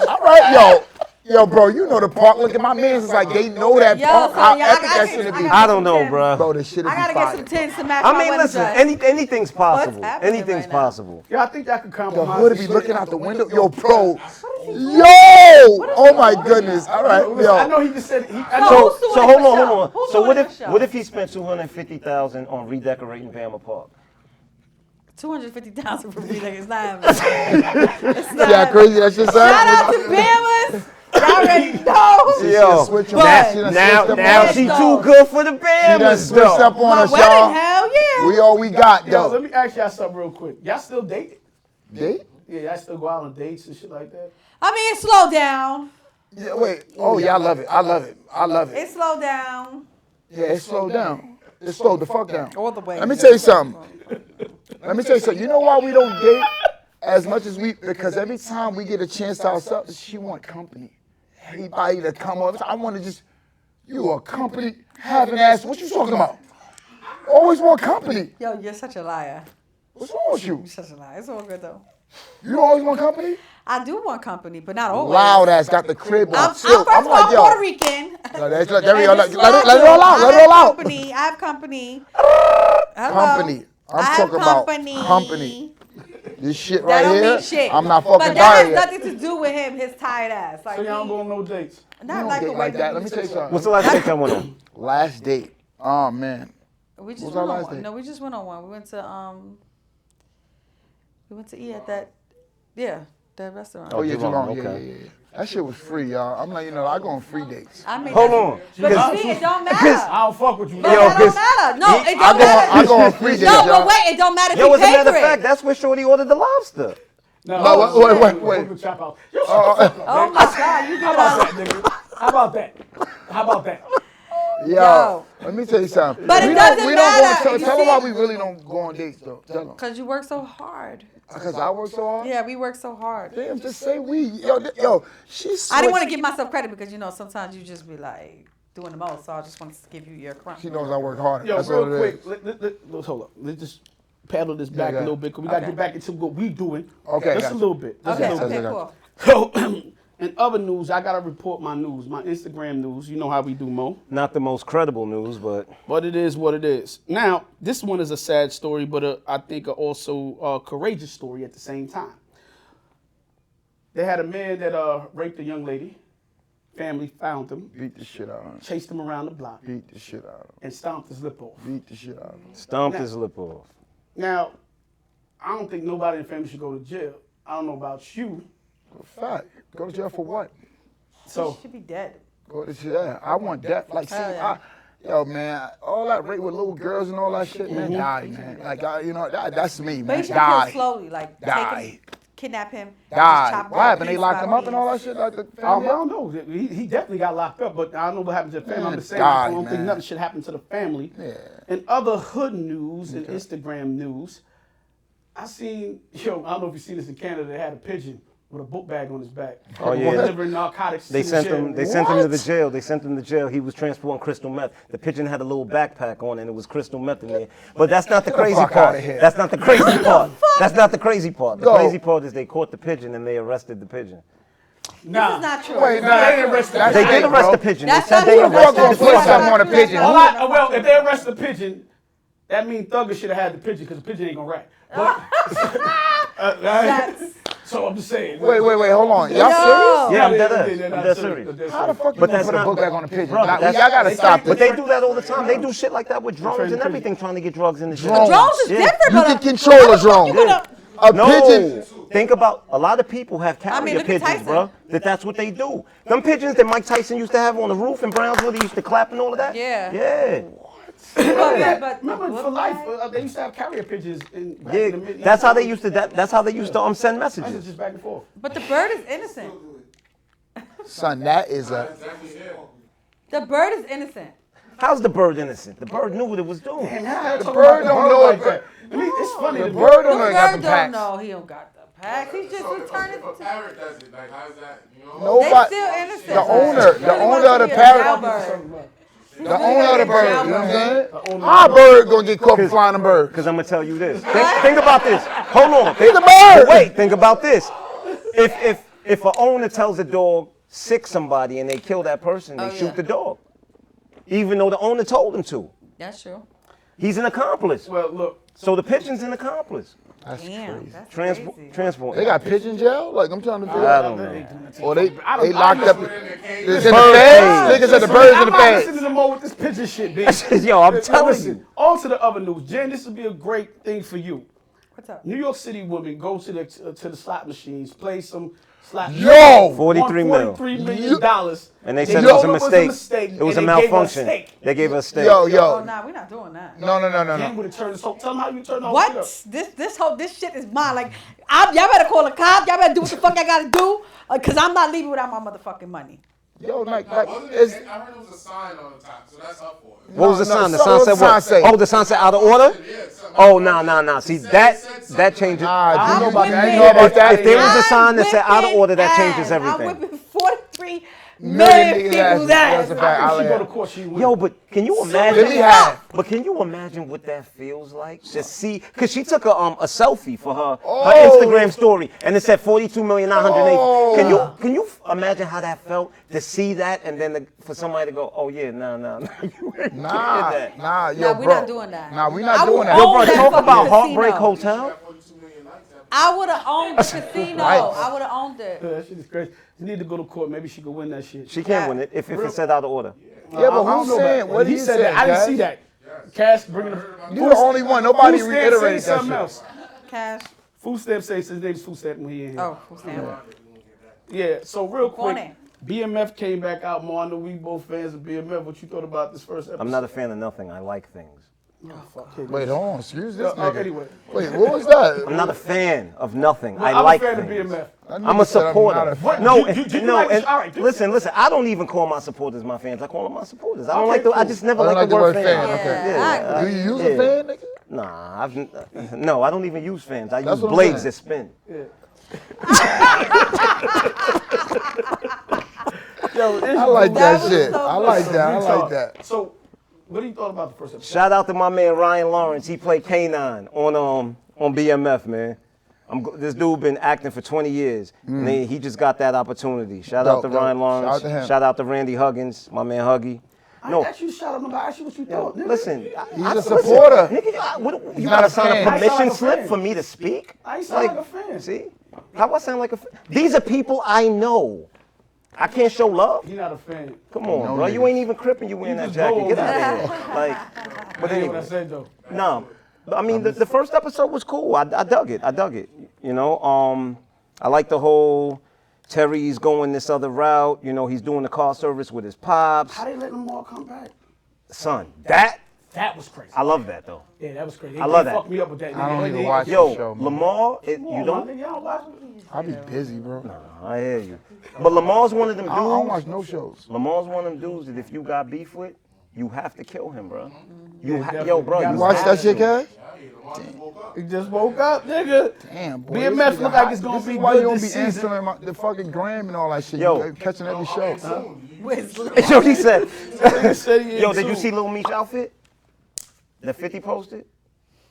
All right, yo. Yo, bro, you know the park. Look at my man's. It's like they know that
Yo,
park.
so
How
y'all- I
epic
got
that
you.
should
I
be.
got
I don't know,
Tim.
bro.
Bro, this shit is
I gotta get
fire.
some tins to match
I
my
mean,
wedding
listen,
dress.
any, anything's possible.
happening
Anything's
right now?
possible.
Yeah, I think y'all can
The
compromise.
hood
this
be
shit.
looking out the window. Yo, bro. Yo. Oh my goodness. All right,
Listen, I
yo.
know he just said. He, I know.
So,
who's doing
so
it
hold
for
on,
show?
hold on.
Who's
So
doing
what
it
if
for show?
what if he spent two hundred fifty thousand on redecorating Bama Park?
250,000 for me, nigga. It's not happening. It's not
Yeah,
happening.
crazy. That's just
Shout out to Bamas. Y'all already know.
Yo,
switch on us.
now
She done
now,
switched up on
now
us.
she
though.
too good for the
She done
Bamas
switched up
though.
on
My
us,
wedding,
y'all.
hell yeah.
We all we got,
Yo, let
though.
me ask y'all something real quick. Y'all still dating?
Date?
Yeah, y'all still go out on dates and shit like that.
I mean, it slowed down.
Yeah, wait. Oh, yeah, I love it. I love it. I love
It
it.
slowed down.
Yeah, it slowed down. It slowed the fuck down.
All the way.
Let me tell you something. Let me tell you something. You know why we don't date as much as we? Because every time we get a chance to ourselves, she want company. Everybody to come over. I want to just. You a company having ass. What you talking about? Always want company.
Yo, you're such a liar.
What's wrong with you?
You're such a liar. It's all good, though.
You don't always want company?
I do want company, but not always.
Loud ass got the crib on.
I'm, I'm
tilt.
first of all
like, yo.
Puerto Rican.
No, that's- there we go.
And
Let,
it's
let it,
slow,
let it all out.
I
Let it
have
all out.
Company. I have company. Hello.
Company. I'm
I have
talking about
company.
company. This shit
That
right
don't
here.
mean shit.
I'm not
But
fucking
that
tired.
has
yet.
nothing to do with him, his tired ass. Like,
So y'all don't
he-
go on no dates.
You
not
don't
like the
date
way
like
that
that.
we
Let me
used
tell you
to.
something.
What's the last date that went on?
Last date. Oh man.
We just
What was
went
our
on
last
one.
date?
No, we just went on one. We went to um. We went to eat at that, yeah, that restaurant.
Oh yeah,
Geelong,
Geelong. Yeah, yeah,
okay.
yeah, yeah. That shit was free, y'all. I'm like, you know, I go on free dates.
I mean,
Hold
that's-
on,
But you see, it don't matter.
I don't fuck with you.
But
Yo,
that
cause
don't matter. No, it
I
don't
go on, I
matter.
go on free dates,
No,
y'all.
Oh, but wait, it don't matter if
Yo,
you
as a
pay
matter
for
of fact,
it.
that's where Shorty ordered the lobster.
No,
No, wait, wait, wait, wait.
Yo, shut the fuck up,
Oh
nigga.
my God, you did
How
it
about
all.
that, nigga? How about that? How about that?
Yo,
Yo.
let me tell you something.
But it
we
doesn't
don't, we
matter.
Don't go on,
You
tell tell them why
see-
we really don't go on dates though. Tell them.
Cause you work so hard.
Cause I work so hard.
Yeah, we work so hard.
Damn, just say we. Yo, th- yo, she's.
I didn't want to give myself credit because you know sometimes you just be like doing the most. So I just wanted to give you your crown.
She knows I work harder.
Yo,
That's all
real
it
quick,
is.
let, let, let, us hold up. Let's just paddle this back
got
a
it.
little bit because we got to
Okay.
get back into what we doing.
Okay,
just a
gotcha.
little bit. Just
Okay,
a little
okay,
bit.
cool.
So, in other news, I gotta report my news, my Instagram news. You know how we do, Mo.
Not the most credible news, but
But it is what it is. Now, this one is a sad story, but uh, I think a also a courageous story at the same time. They had a man that uh, raped a young lady. Family found him,
Beat the shit out of him.
chased him around the block,
Beat the shit out of him.
and stomped his lip off.
Beat the shit out of him.
stomped his lip off.
Now, I don't think nobody in the family should go to jail. I I don't know about you.
Fact. Go to jail for what?
So
should be dead.
Go to jail. I want that. Like, see,
Hell yeah.
I, yo, man, all that rape with little girls and all that shit, man,
Mhm.
die, man. Like, I, you know, that, that's me,
But
man.
you should kill
Die.
slowly, like
Die.
Take him, kidnap him. just
Die.
chop him
What
up
happened? They
piece
locked
by
him up
piece.
and all that shit? Like, the
Um, I
family?
don't know. He, he definitely got locked up, but I don't know what happened to the family. I'm
Man,
just saying,
died,
I don't think
man.
nothing should happen to the family. And other hood news and Instagram news, I seen, yo, I don't know if you seen this in Canada, they had a pigeon with a book bag on his back.
Oh yeah,
Delivering narcotics.
They
to the
sent
jail.
him. They sent him to the
What?
jail. They sent him to jail. He was transporting crystal meth. The pigeon had a little backpack on, and it was crystal meth in there. But that's not the
Get the
crazy
fuck
part.
outta here.
That's not the crazy part. That's not the crazy part. The
Go.
crazy part is they caught the pigeon and they arrested the pigeon.
Nah.
This is not true.
Wait, nah, they didn't arrest that
They did
Hey,
arrest
bro.
the pigeon. They
That's
said
not
they
true.
arrested
That's
the
not true.
pigeon.
That's not
on a
true. That's
pigeon.
not
Well,
true.
I- uh, well, if they arrest the pigeon, that means Thugger should have had the pigeon because the pigeon ain't gonna rat. But, Uh, right? so I'm just saying.
Wait, wait, wait, hold on. Y'all
No.
serious?
Yeah, I'm dead
They're-
ass.
they're- they're
I'm
not
dead
serious.
serious.
They're
How the
serious.
fuck you
But
gonna
that's
put a
not-
book back on a pigeon?
Bro,
Like,
that's-
y'all gotta stop
But
this.
they do that all the time. They do shit like that with drones
Train
and
pigeon.
everything, trying to get drugs in the shit.
Drones.
Drones is
Yeah.
different,
You
but
can
uh,
control a
you
drone.
gonna-
A
no.
pigeon.
Think about a lot of people have carrier
look at
pigeons,
Tyson.
bro. That that's what they do. Them pigeons that Mike Tyson used to have on the roof in Brownsville, they used to clap and all of that.
Yeah.
Yeah.
But- but- but-
Remember, for
but-
life, uh, they used to have carrier pigeons. In, back in
Yeah.
the mid-
That's how they used to. That, that's how they used to um send
Messages
messages.
just back and forth.
But the bird is innocent.
Son, that is a.
The bird is innocent.
How's the bird innocent? The bird knew what it was doing.
And how the
bird don't know
like
it,
that. I mean, it's funny.
The
The
bird
bird.
The
don't know got
bird
the
don't
packs.
know he don't got the packs. He's just returning.
If a parrot does it, like how's that? You know?
They
Nobody.
still innocent.
The owner, the owner of the parrot, the owner of the bird. You know what I'm saying? Our bird gonna get caught for flying a bird.
Because I'm gonna tell you this. Think, think about this. Hold on. Think,
a bird.
but Wait. Think about this. If if if a owner tells a dog sick somebody and they kill that person, they
Oh,
shoot
yeah.
the dog, even though the owner told them to.
That's true.
He's an accomplice.
Well, look.
So the pigeon's an accomplice.
Damn, that's
Transport.
crazy.
Transport.
They got pigeon jail? Like I'm trying to figure
I
out.
don't know.
Or they
I don't-
they
I
locked
don't
up.
know.
It's in the
Bird
feds. Niggas said the birds
I'm
in the
not listening
feds.
to more with this pigeon shit, bitch.
Yo, I'm
Yo,
telling
listen,
you.
On to the other news, Jen. This would be a great thing for you.
What's up?
New York City woman goes to the uh, to the slot machines, plays some slot.
Yo!
43 mil.
$43 million dollars.
And they said it
knew
was a mistake. It was a
and they gave her
malfunction.
steak.
They gave her a steak.
Yo,
Oh,
yo.
nah, we're not doing that.
No, no, no, no,
Jen
no.
would have turned this whole. Tell them how you turned the whole
What?
shit up.
This this whole this shit is mine. Like, I'm, y'all better call a cop. Y'all better do what the fuck I gotta do, uh, cause I'm not leaving without my motherfucking money.
Yo, like,
Like,
like,
wasn't
it's,
it, I heard it was a sign on the top, so that's up for it.
What was the
No, no,
sign? The
so-
sign
what
said
the sign
what?
say?
Oh, the sign said out of order. Oh, no, no, no. See that that changes.
nah, do you know
I'm
about that?
whipping-
You know about
If-
that?
if they was a
I'm
sign that said out of
whipping
order, that changes
ass.
everything.
I'm whipping 43
Million
million
niggas' asses.
people's
That's
ass.
a fact.
If
I'll
she go to
add.
court, she win.
uh, Yo, but can you
Let me
imagine?
have.
But can you imagine what that feels like? To see, because she took a um a selfie for her, her
Oh.
Instagram story, and it said forty two million nine hundred eight.
Oh.
Can you can you f- imagine how that felt to see that and then the, for somebody to go, oh yeah, no, no, no, you ain't
Nah,
did that.
nah, yo,
Nah,
bro.
we not doing that.
Nah, we
I
not
will
doing that.
own
Yo, bro,
that
talk
fucking
about Heartbreak
casino.
Hotel.
I would have owned the casino.
Right.
I would have owned it.
that shit is crazy. You need to go to court. Maybe she could win that shit.
She can't win it if, if it said out of order.
Yeah, but
I don't
who's
know
saying?
about-
What
he
he
said? that. I didn't see that. Cash bringing up.
You're the only one. Nobody reiterated that
something
shit.
else.
Cash.
Food stamp says his name's Food stamp when he in here.
Oh, who's that?
Yeah. So real
Going
quick, BMF came back out. More. I know we both fans of BMF. What you thought about this first episode?
I'm not a fan of nothing. I like things.
Wait, hold on. Excuse
Uh,
this
uh,
nigga.
anyway,
Wait, what was that?
I'm not a fan of nothing. I
I'm a
like
fan of
things.
BMF.
That nigga
I'm a
said
supporter.
not a fan.
No,
You- you- you
no.
like this-
and
all right, this-
listen, listen. I don't even call my supporters my fans. I call them my supporters. I don't
Okay,
like the. I
cool.
just never
I don't
like the word fan.
fan, okay.
Yeah,
I
I-
Do you use
yeah.
a fan, nigga?
Nah, I've n- no. I don't even use fans. I use
what I'm
blades
saying.
that spin.
yo, this
I like
dude-
that,
That was
shit.
so
I like
so
that. I
we
like
talk.
that.
So, what do you thought about the first episode?
Shout out to my man Ryan Lawrence. He played K9 on um on BMF man. I'm, go- this dude been acting for 20 years, and he- he just got that opportunity. Shout out
Mm. Dope,
to
dope.
Ryan Lawrence.
Shout out to him.
Randy Huggins, my man Huggy.
I
No,
didn't ask you to shout him about. I asked you what you
Yo,
thought. nigga.
listen, I,
He's
I-
a
listen,
supporter.
Nigga, I- what- you
not
gotta
a
sign
fan.
a
I sound
permission
like a
slip
fan.
for me to speak?
I sound like a fan.
See? How I sound like a fan? These are people I know. I can't show love?
You're not a fan.
Come on, bro. You ain't even cripping you wearing that
just go
jacket. Get
over
out of here. Like, but
Hey, what I
anyway,
said though.
no. But I mean, the, the first episode was cool. I, I dug it. I dug it. You know, um, I like the whole Terry's going this other route. You know, he's doing the car service with his pops.
How they let Lamar come back?
Son, that
That was crazy.
I love that though.
Yeah, that was crazy.
I love
They
that.
fucked me up with that.
I don't
nigga.
even
They-
watch
Yo,
the show. man.
Lamar, it,
Come on,
you
my
don't.
nigga, y'all watch it?
I be busy, bro.
I hear you. But Lamar's one of them
I
dudes.
don't, I don't watch no shows.
Lamar's one of them dudes that if you got beef with, you have to kill him, bro. You
Mm-hmm. Yeah,
ha- yo,
definitely.
bro.
You
You
Watch
have
that shit,
to.
Cash?
He just woke up, nigga.
Damn, boy. this
BMF
nigga
look like
hot.
it's gonna
This
be
is why
good
you don't
this
be
season.
answering my, the fucking gram and all that shit.
Yo.
You catching every show. Oh,
Yo, he said.
said he in
yo, did you
too.
see Lil Meech outfit? The 50 posted?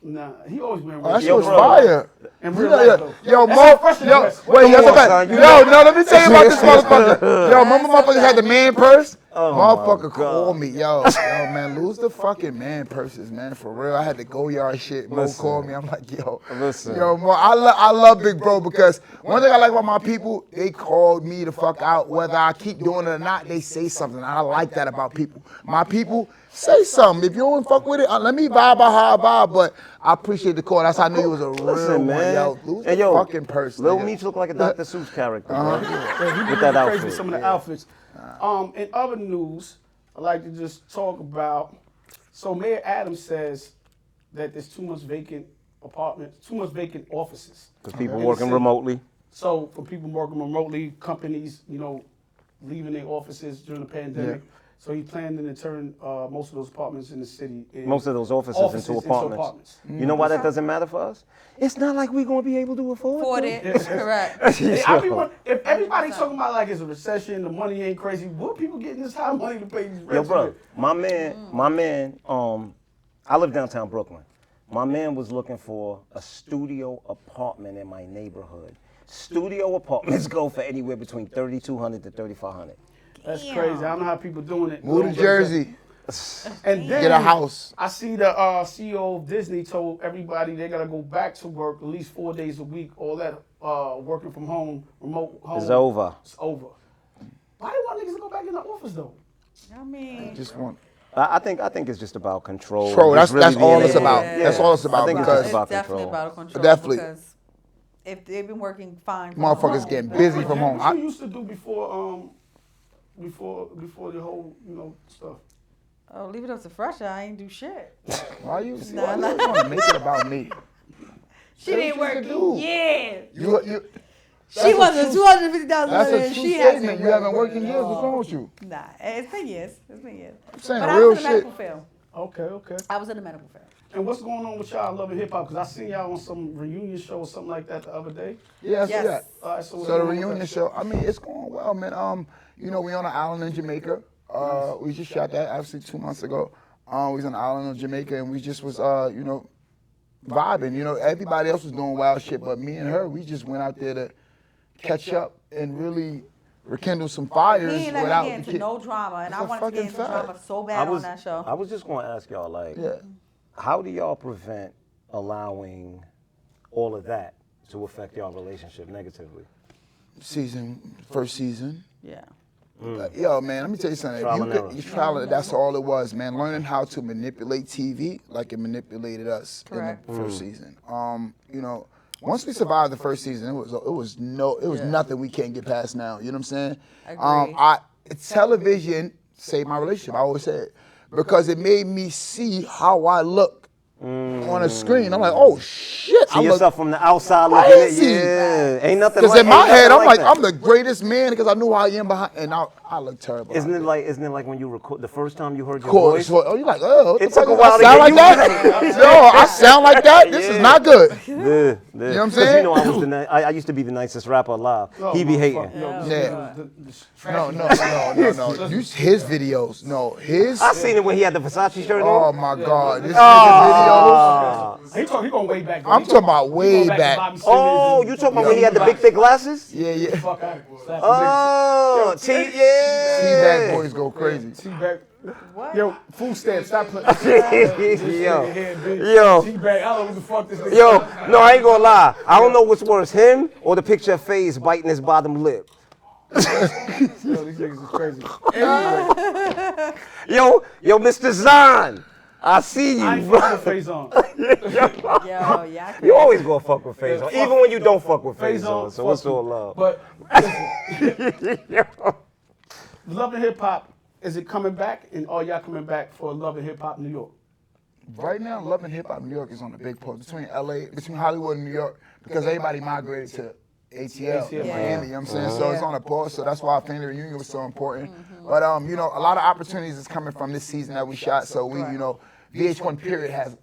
Nah, he always wearing
Oh, that
red.
shit was
bro.
fire.
In
You
real
know,
life,
yo,
though.
yo,
That's
Mo,
impression
yo,
of us.
wait,
Come
that's
on,
a fact.
son,
Yo,
you know-
no, let me tell you about this motherfucker. Yo, my motherfucker had the man purse.
Oh
motherfucker called me, yo, yo, man, lose the fucking man purses, man, for real. I had to go yard shit. Mo
Listen.
called me. I'm like, yo,
Listen.
yo, Mo, I love, I love Big Bro because one thing I like about my people, they called me the fuck out, whether I keep doing it or not. They say something. I like that about people. My people say something. If you don't fuck with it, uh, let me vibe by how I vibe. But I appreciate the call. That's how I knew you was a real
Listen,
one,
man.
yo. Lose
Hey,
the
yo,
fucking purse.
Lil
nigga. Uh-huh.
Meech look like a Dr. Seuss character, bro.
Yeah, he
With
was
that
really crazy
outfit,
with some of the outfits. Um, in other news, I'd like to just talk about. So Mayor Adams says that there's too much vacant apartments, too much vacant offices.
Because people
In the
working
city.
remotely.
So for people working remotely, companies, you know, leaving their offices during the pandemic. So he's planning to turn uh, most of those apartments in the city. in-
Most of those offices,
offices Mm-hmm.
into apartments. You know why that doesn't matter for us? It's not like we're gonna be able to afford,
Afford
them.
it. Correct.
Hey, I be wonder- if everybody talking about like it's a recession, the money ain't crazy. What people getting this high money to pay these
Yo,
rents?
bro, my man, my man, um, I live downtown Brooklyn. My man was looking for a studio apartment in my neighborhood. Studio apartments go for anywhere between 3,200 to 3,500.
That's crazy. I don't know how people doing it.
Move to Jersey.
And then
Get a house.
I see the uh, CEO of Disney told everybody they gotta go back to work at least four days a week. All that uh, working from home, remote home.
It's over.
It's over. Why do you want niggas to go back in the office though?
I mean,
Just want
I, I think I think it's just about control. and
Control,
just
that's- that's
really
all
being
it's
able-
about. That's all it's about
I think
because-
it's
it's
just about
definitely
control.
about control.
Definitely.
Because if they've been working fine, from
motherfuckers
home,
getting
then-
busy from home.
What
I,
you used to do before, um, before, before the whole, you know, stuff.
Oh, leave it up to Fresha. I ain't do shit.
why you, see, why you always want to make it about me?
She
That's
didn't
what
work.
you do.
Yeah.
You, you,
She was a two hundred fifty
that's
thousand
a
and
true
she
statement.
hasn't.
You haven't worked in years. What's wrong with you?
Nah, it's been years. It's been years.
I'm saying
But I
real
was in the
shit.
medical field.
Okay, okay.
I was in the medical field.
And what's going on with y'all loving hip hop? Because I seen y'all on some reunion show or something like that the other day.
Yeah, I see
Yes.
that.
All right, so what's
So the
going on with
reunion
that?
show, I mean, it's going well, man. Um, you know, we on an island in Jamaica. Uh, we just shot that obviously two months ago. Um, we was on an island in Jamaica, and we just was, uh, you know, vibing. You know, everybody else was doing wild shit, but me and her, we just went out there to catch up and really rekindle some
He
fires
ain't let
without
me get
the
into
kid-
no drama, and
It's
I
a
wanted to get
fucking
into
fact.
drama so
I
bad
was,
on that show.
I was just going to ask y'all, like,
Yeah.
how do y'all prevent allowing all of that to affect y'all relationship negatively?
season, first season.
yeah.
Like, Yo, man, let me tell you something.
Trial
If you
and error.
could, you trial and- that's all it was, man. Learning how to manipulate TV like it manipulated us
Correct.
in the
Mm.
first season. Um, you know, once we survived the first season, it was it was no, it was
Yeah.
nothing we can't get past now. You know what I'm saying? Um,
Agreed.
I television saved my relationship. I always said it. because it made me see how I look on a screen. I'm like, oh shit,
See
I look
yourself from the outside looking at
crazy.
Yeah, ain't nothing
Because
like
in my
ain't
head,
nothing
I'm like,
that.
I'm the greatest man because I knew how I am behind, and I, I look terrible.
Isn't it like isn't it like when you record the first time you heard your
Course.
voice?
Oh, you like, oh, what
It
the
took
fuck
a
is-
while to
I sound like
get
that? Yo, I sound like that? This is
Yeah.
not good.
Yeah, yeah.
You know what I'm
'Cause
saying? Oh,
You know I was the ni- I, I used to be the nicest rapper alive. he be hating.
Yeah.
The- the s-
No, no, no, no, no. You, his videos. No, his.
I seen it Ah. when he had the Versace shirt
Oh
on.
my God. This nigga videos.
He talk, he going way back. though.
I'm
He
talking
talk-
about
he
way
going to
back.
Bobby Simmons
Oh,
and-
you talking about when he had the big thick glasses?
Yeah, yeah.
Fuck out. Slap the
Oh, T
T-Bag
yeah.
boys go crazy.
big T-Bag.
What?
Yo, food stamp, stop playing.
Yo,
Yo.
Yo.
T-Bag, I don't know what the fuck this is.
yo, no, I ain't gonna lie. I don't know what's worse, him or the picture of FaZe biting his bottom lip.
Yo, these niggas is crazy.
Yo, yo, Mr. Zahn. I see you,
I ain't
bro.
fucking with phase on.
Yo, yeah.
You always gonna fuck with phase on,
Yeah,
even when you don't fuck with
Phase
phase on.
on,
So it's
fuck
all love.
But Love and Hip Hop, is it coming back? And are y'all coming back for Love and Hip Hop New York?
Right now, Love and Hip Hop New York is on the big post between LA, between Hollywood and New York, because everybody migrated to ATL,
ATL,
Miami,
yeah.
you know what I'm saying? So it's on a pause, so that's why our family reunion was so important. But, um, you know, a lot of opportunities is coming from this season that we shot, so we, you know, VH1 period has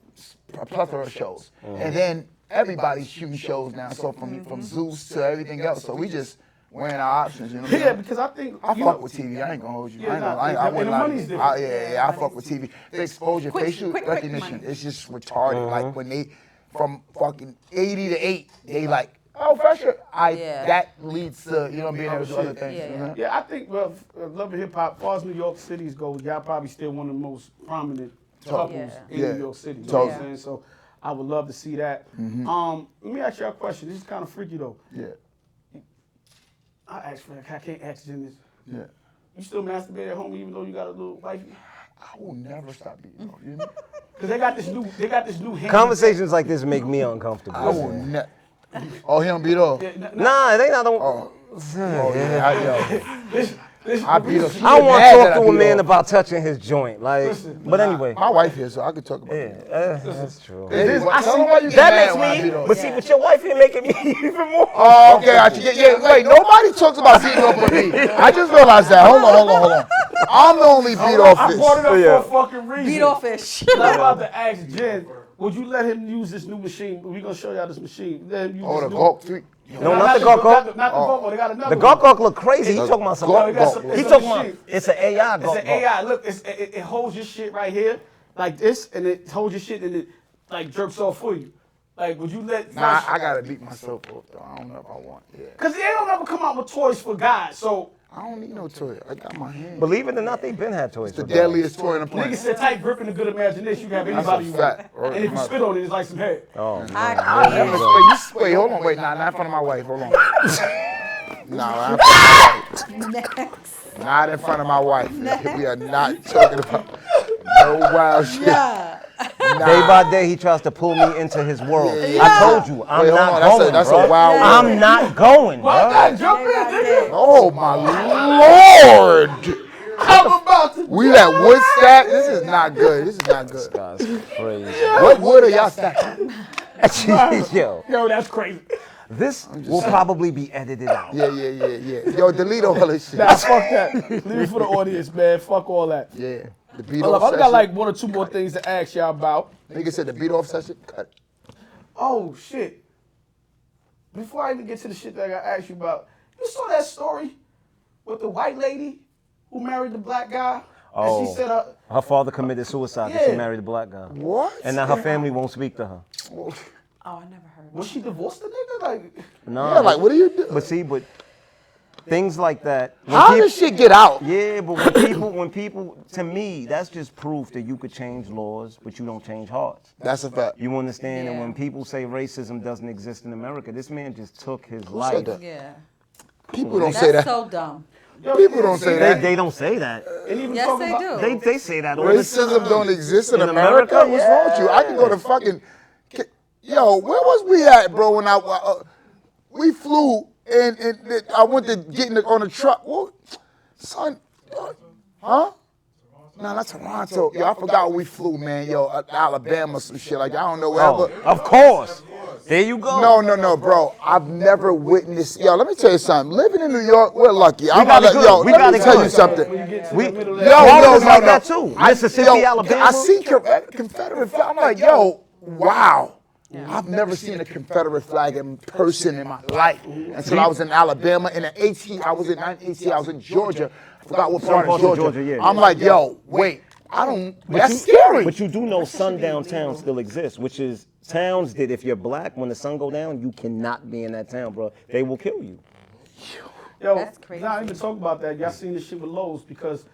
a plethora of shows.
Mm-hmm.
And then everybody's shooting shows now, so from, from Zeus to everything else, so we just weighing our options, you know what I'm
Yeah,
saying?
because I think
I
you
fuck
know-
with TV. I ain't gonna hold you.
Yeah,
I ain't gonna,
nah,
I, ain't- I
and the
wouldn't lie. to
money's
you.
different.
I- yeah, yeah, I fuck with TV. The exposure,
Quick,
facial
quick, quick
recognition,
money.
it's just retarded. Like when they from fucking 80 to 8, they like, oh, fresher. I
Yeah. Oh,
that leads to you know being able to do other things. you know?
Yeah, I think well, f- uh, Love and Hip Hop, as far as New York City's goes, y'all probably still one of the most prominent
Totally.
couples
Yeah.
in
Yeah.
New York City. You know what I'm saying?
Totally.
So I would love to see that.
Mhm.
Um, let me ask y'all a question. This is kind of freaky though.
Yeah.
I ask Frank, I can't ask Jen this.
Yeah.
You still masturbate at home even though you got a little wifey?
I will never stop beating off. You know?
Cause they got this new, they got this new hand.
Conversations like this make me uncomfortable.
I will not. Oh, him beat off.
Nah, they not the
Oh, oh yeah, I, yo. I beat off. She
I don't want to
mad
talk
that I
to a
beat
man
off.
about touching his joint, like. but
Nah,
anyway,
my wife here, so I could talk about
yeah,
it.
uh, that's true.
It is- I
That
see why you get mad when I
makes me,
beat on
but
you.
see, but your wife ain't making me even more.
Oh, okay, gotcha. Yeah, yeah, wait, nobody talks about beating up on me. I just realized that. Hold on, hold on, hold on. I'm the only beat
I-
off
I
this.
brought it up for a fucking reason.
Beat off fish.
And I'm about to ask Jen, would you let him use this new machine? We're gonna show y'all this machine. Let him use
Oh,
this
the
new-
Gawk three.
No, not the Gawk
Not the
Gawk.
Gawk. They got another
The
one.
Gawk Gawk look crazy. He
The
talking about
Gawk
something.
Gawk look.
He
It's
talking
a
about
machine.
it's an AI
It's
Gawk
an
Gawk.
AI. Look, it's, it, it- it holds your shit right here, like this, and it holds your shit, and it like jerks off for you. Like, would you let?
Nah, I gotta beat myself up though. I don't know if I want. Yeah.
Cause they don't ever come out with toys for guys. So
I don't need no toy. I got my hand.
Believe it or not, they been had toys.
The deadliest toy on the
niggas
planet.
said tight grip and a good imagination. You can have
That's a
anybody you
fact.
want, and if you
Right.
spit on it, it's like some hair.
Oh, man.
I
There you
never
go.
wait, you s- wait, hold on, wait, nah, not in front of my wife. Hold on. nah, not in front of my wife. Not in front of my wife. We are not talking about no wild shit.
Yeah.
Day by day, he tries to pull me into his world.
Yeah.
I told you, I'm
Wait, hold
not
on, that's a-
going.
that's a
bruh.
wild
I'm
world.
not going. bruh.
Oh my lord! I'm about to. We at Woodstack. This is not good. This is not good.
crazy.
What wood are y'all stacking?
Yo,
Yo, that's crazy.
this will probably be edited out.
Yeah, yeah, yeah, yeah. Yo, delete all this shit.
Nah, fuck that. Leave it for the audience, man. Fuck all that.
Yeah, the beat
Hold
off
up, I
session.
got like one or two more things to ask y'all about.
Nigga said the beat off session. Cut.
Oh shit! Before I even get to the shit that I gotta ask you about, you saw that story with the white lady who married the black guy, and she
Oh.
said, uh,
her father committed suicide because
Yeah.
she married a black guy.
What?
And now her family won't speak to her.
Oh, I never heard.
"Was she divorced the nigga?" Like,
No.
Yeah, like, what do you do?
But see, but things like that. when
How
peop-
does shit get out?
Yeah, but when people, when people, to me, that's just proof that you could change laws, but you don't change hearts.
That's a fact.
You understand? And
Yeah.
when people say racism doesn't exist in America, this man just took his
Who
life.
said that?
Yeah.
People don't say that.
That's so dumb.
People don't say
They-
that.
They don't say that.
and even
Yes,
talking
they
about,
They, they say that all the
Racism
time.
don't exist in,
In
America.
America?
What's wrong with you? I can go to fucking. Ki- Yo, where was we at, bro? When I uh, we flew and and th- I went to get in the, on the truck. What, son? uh, Huh? Nah, not Toronto. Yo, I forgot where we flew, man. Yo, uh, Alabama, some shit like that. I don't know
Oh,
wherever.
of course. There you go.
No, no, no, bro. I've never witnessed. Yo, let me tell you something. Living in New York, we're lucky. I'm
got
about
it
to,
good.
yo,
We
let
got
me
it
tell
good.
you something.
We,
Yo,
Florida's
no, no,
like
no.
that too. Mississippi,
yo,
Alabama.
I see Con- uh, Confederate flag. I'm like, yo, wow. I've never seen a Confederate flag in person in my life until I was in Alabama. And at 18, I was in 18, I was in Georgia. I forgot what
Some
part of
parts of
Georgia.
Georgia, yeah.
I'm like, yo, wait, I don't.
But
that's
you-
scary.
But you do know sundown towns still exist, which is towns that if you're black, when the sun go down, you cannot be in that town, bro. They will kill you.
yo,
That's crazy.
Not even talking about that. Y'all seen this shit with Lowe's because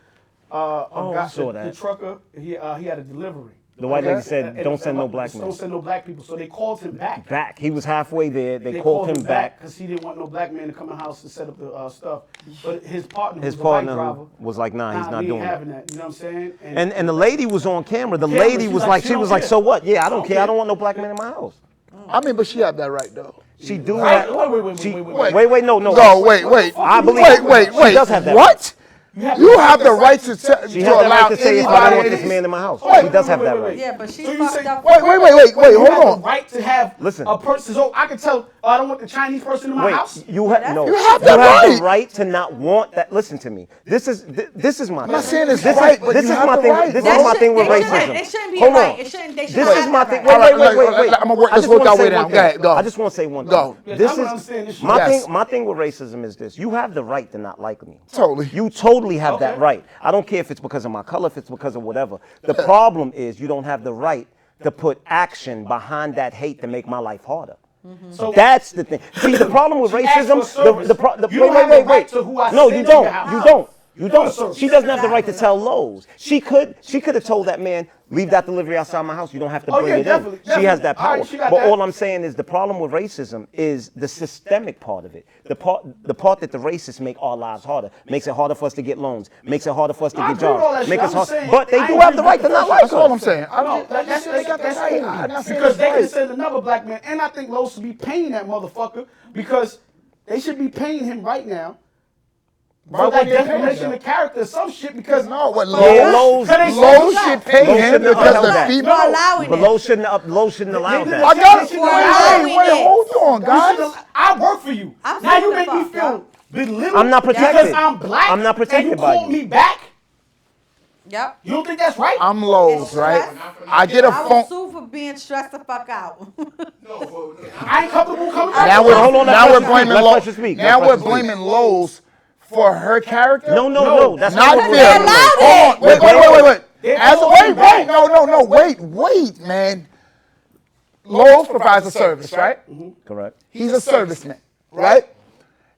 uh, a
Oh, I
guy,
saw
the,
that.
the trucker, he uh, he had a delivery.
The white lady
Okay.
said,
And- and-
"Don't send no
and-
black men."
Don't send no black people. So they called him back.
Back. He was halfway there. They, called, him back.
because he didn't want no black man to come in the house and set up the uh, stuff. But his partner,
His
was a white
partner
driver,
was like, "Nah, he's not
"Nah, we ain't
doing it."
having that. You know what I'm saying?
And and the lady was on camera. The
Yeah, but
lady
she's
was
like,
like,
she
she
don't
was like,
care.
"So what? Yeah, I
I
don't
don't
care. I don't
care."
want no black men in my house."
I mean, but she had that right though.
She do
Wait,
have.
wait, wait, wait,
she-
wait, wait, wait.
wait, wait, no, no.
No, wait, wait.
I believe.
Wait, wait,
she
wait.
does have that.
What? You have,
have
the right to, te-
She
to
has that
allow
right to say, "If I don't
anybody
want
in
this man in my house."
Wait,
She does
wait,
have
wait,
that
wait,
right.
Yeah, but she
you
fucked
say-
up.
Wait, wait, wait, wait, wait.
you have
Hold on.
the right to have
Listen.
a person's own. I can tell. oh, I don't want the Chinese person in my
Wait,
house.
you have no.
You have the right.
the right to not want that. Listen to me. This is thi- this is my.
not
thing.
saying it's
this
right,
is,
but
this
you
is
have
my
the
thing.
right.
This
That
is my
should-
thing with
they
racism.
shouldn't- it shouldn't be
Hold
right.
on.
It shouldn't- they should
this
not
is
have
my
that
thing. Wait, wait,
right.
Alright,
wait, wait,
alright,
wait.
I'ma work
I
this
just
work
wanna
our
say
way
one thing.
down. Go ahead, go.
I just want to say one.
Go.
Thing.
Yes,
This
I'm not
is
understanding this
my
shit.
Yes.
thing. My thing with racism is this: you have the right to not like me.
Totally.
You totally have that
Okay.
right. I don't care if it's because of my color, if it's because of whatever. The problem is you don't have the right to put action behind that hate to make my life harder.
So-
That's the thing. See, the problem with
She asked
racism,
for
the, the,
service.
pro, the
You
wait,
don't
wait,
have the
wait,
right
wait.
to who I
no,
send
you
in your
don't.
house.
You don't. You
No,
don't.
sir.
She doesn't have the right to tell lows. She could. She could have told that man, leave that delivery outside my house. You don't have to
Oh,
bring
yeah,
it
definitely,
in. She has
definitely.
that
All right,
power.
she got
but
that.
all I'm saying is the problem with racism is the systemic part of it. The part, the part that the racists make our lives harder, makes it harder for us to get loans, makes it harder for us to
I
get
agree with all that
jobs,
shit.
make us
I'm
hard.
saying,
But they
I
do
agree
have the
with
right to
the
not like us.
That's all I'm saying. I
No,
don't.
that- that's,
they
that's,
got
that's
that right.
cool.
I'm not saying
Because
it's
they
right.
can send another black man, and I think Lowe should be paying that motherfucker because they should be paying him right now.
Why
for that
wouldn't they pay him,
defamation
though?
of character, or some shit. Because
No, what
Because
Lowe's-
they said
Lowe's
it's black.
should pay
Lowe
him
shouldn't have
because
allowed
the
that.
female.
You're allowing
But
it.
Lowe shouldn't have, Lowe shouldn't allow
They did
that.
the
I got it.
defamation
Wait,
of
allowing
wait,
character.
it.
wait. Hold on,
You
guys.
should've- I work for you.
I'm
now you
fucking
make me
fucked up.
feel belittled.
I'm not protected.
Because I'm black.
I'm not protected
and you
by
called
you.
me back.
Yep.
You don't think that's right?
I'm Lowe's,
It's
right?
stress.
I get a
I will
phone.
sue for being stressed the fuck out.
I ain't comfortable coming back.
Now
to
we're
you.
Hold on, let
now we're
Precious
blaming
speak, let
Lowe's.
Precious speak, let
Now we're
Precious speak.
blaming Lowe's for her character.
No, no, no. That's not
not
what we're
fair.
doing.
Hold on. Wait,
They're
wait, wait, wait,
blaming-
wait.
They're
As a, wait,
holding back.
wait, no, no, no. Wait, wait, man. Lowe's provides a service, right?
Correct.
He's a serviceman, right?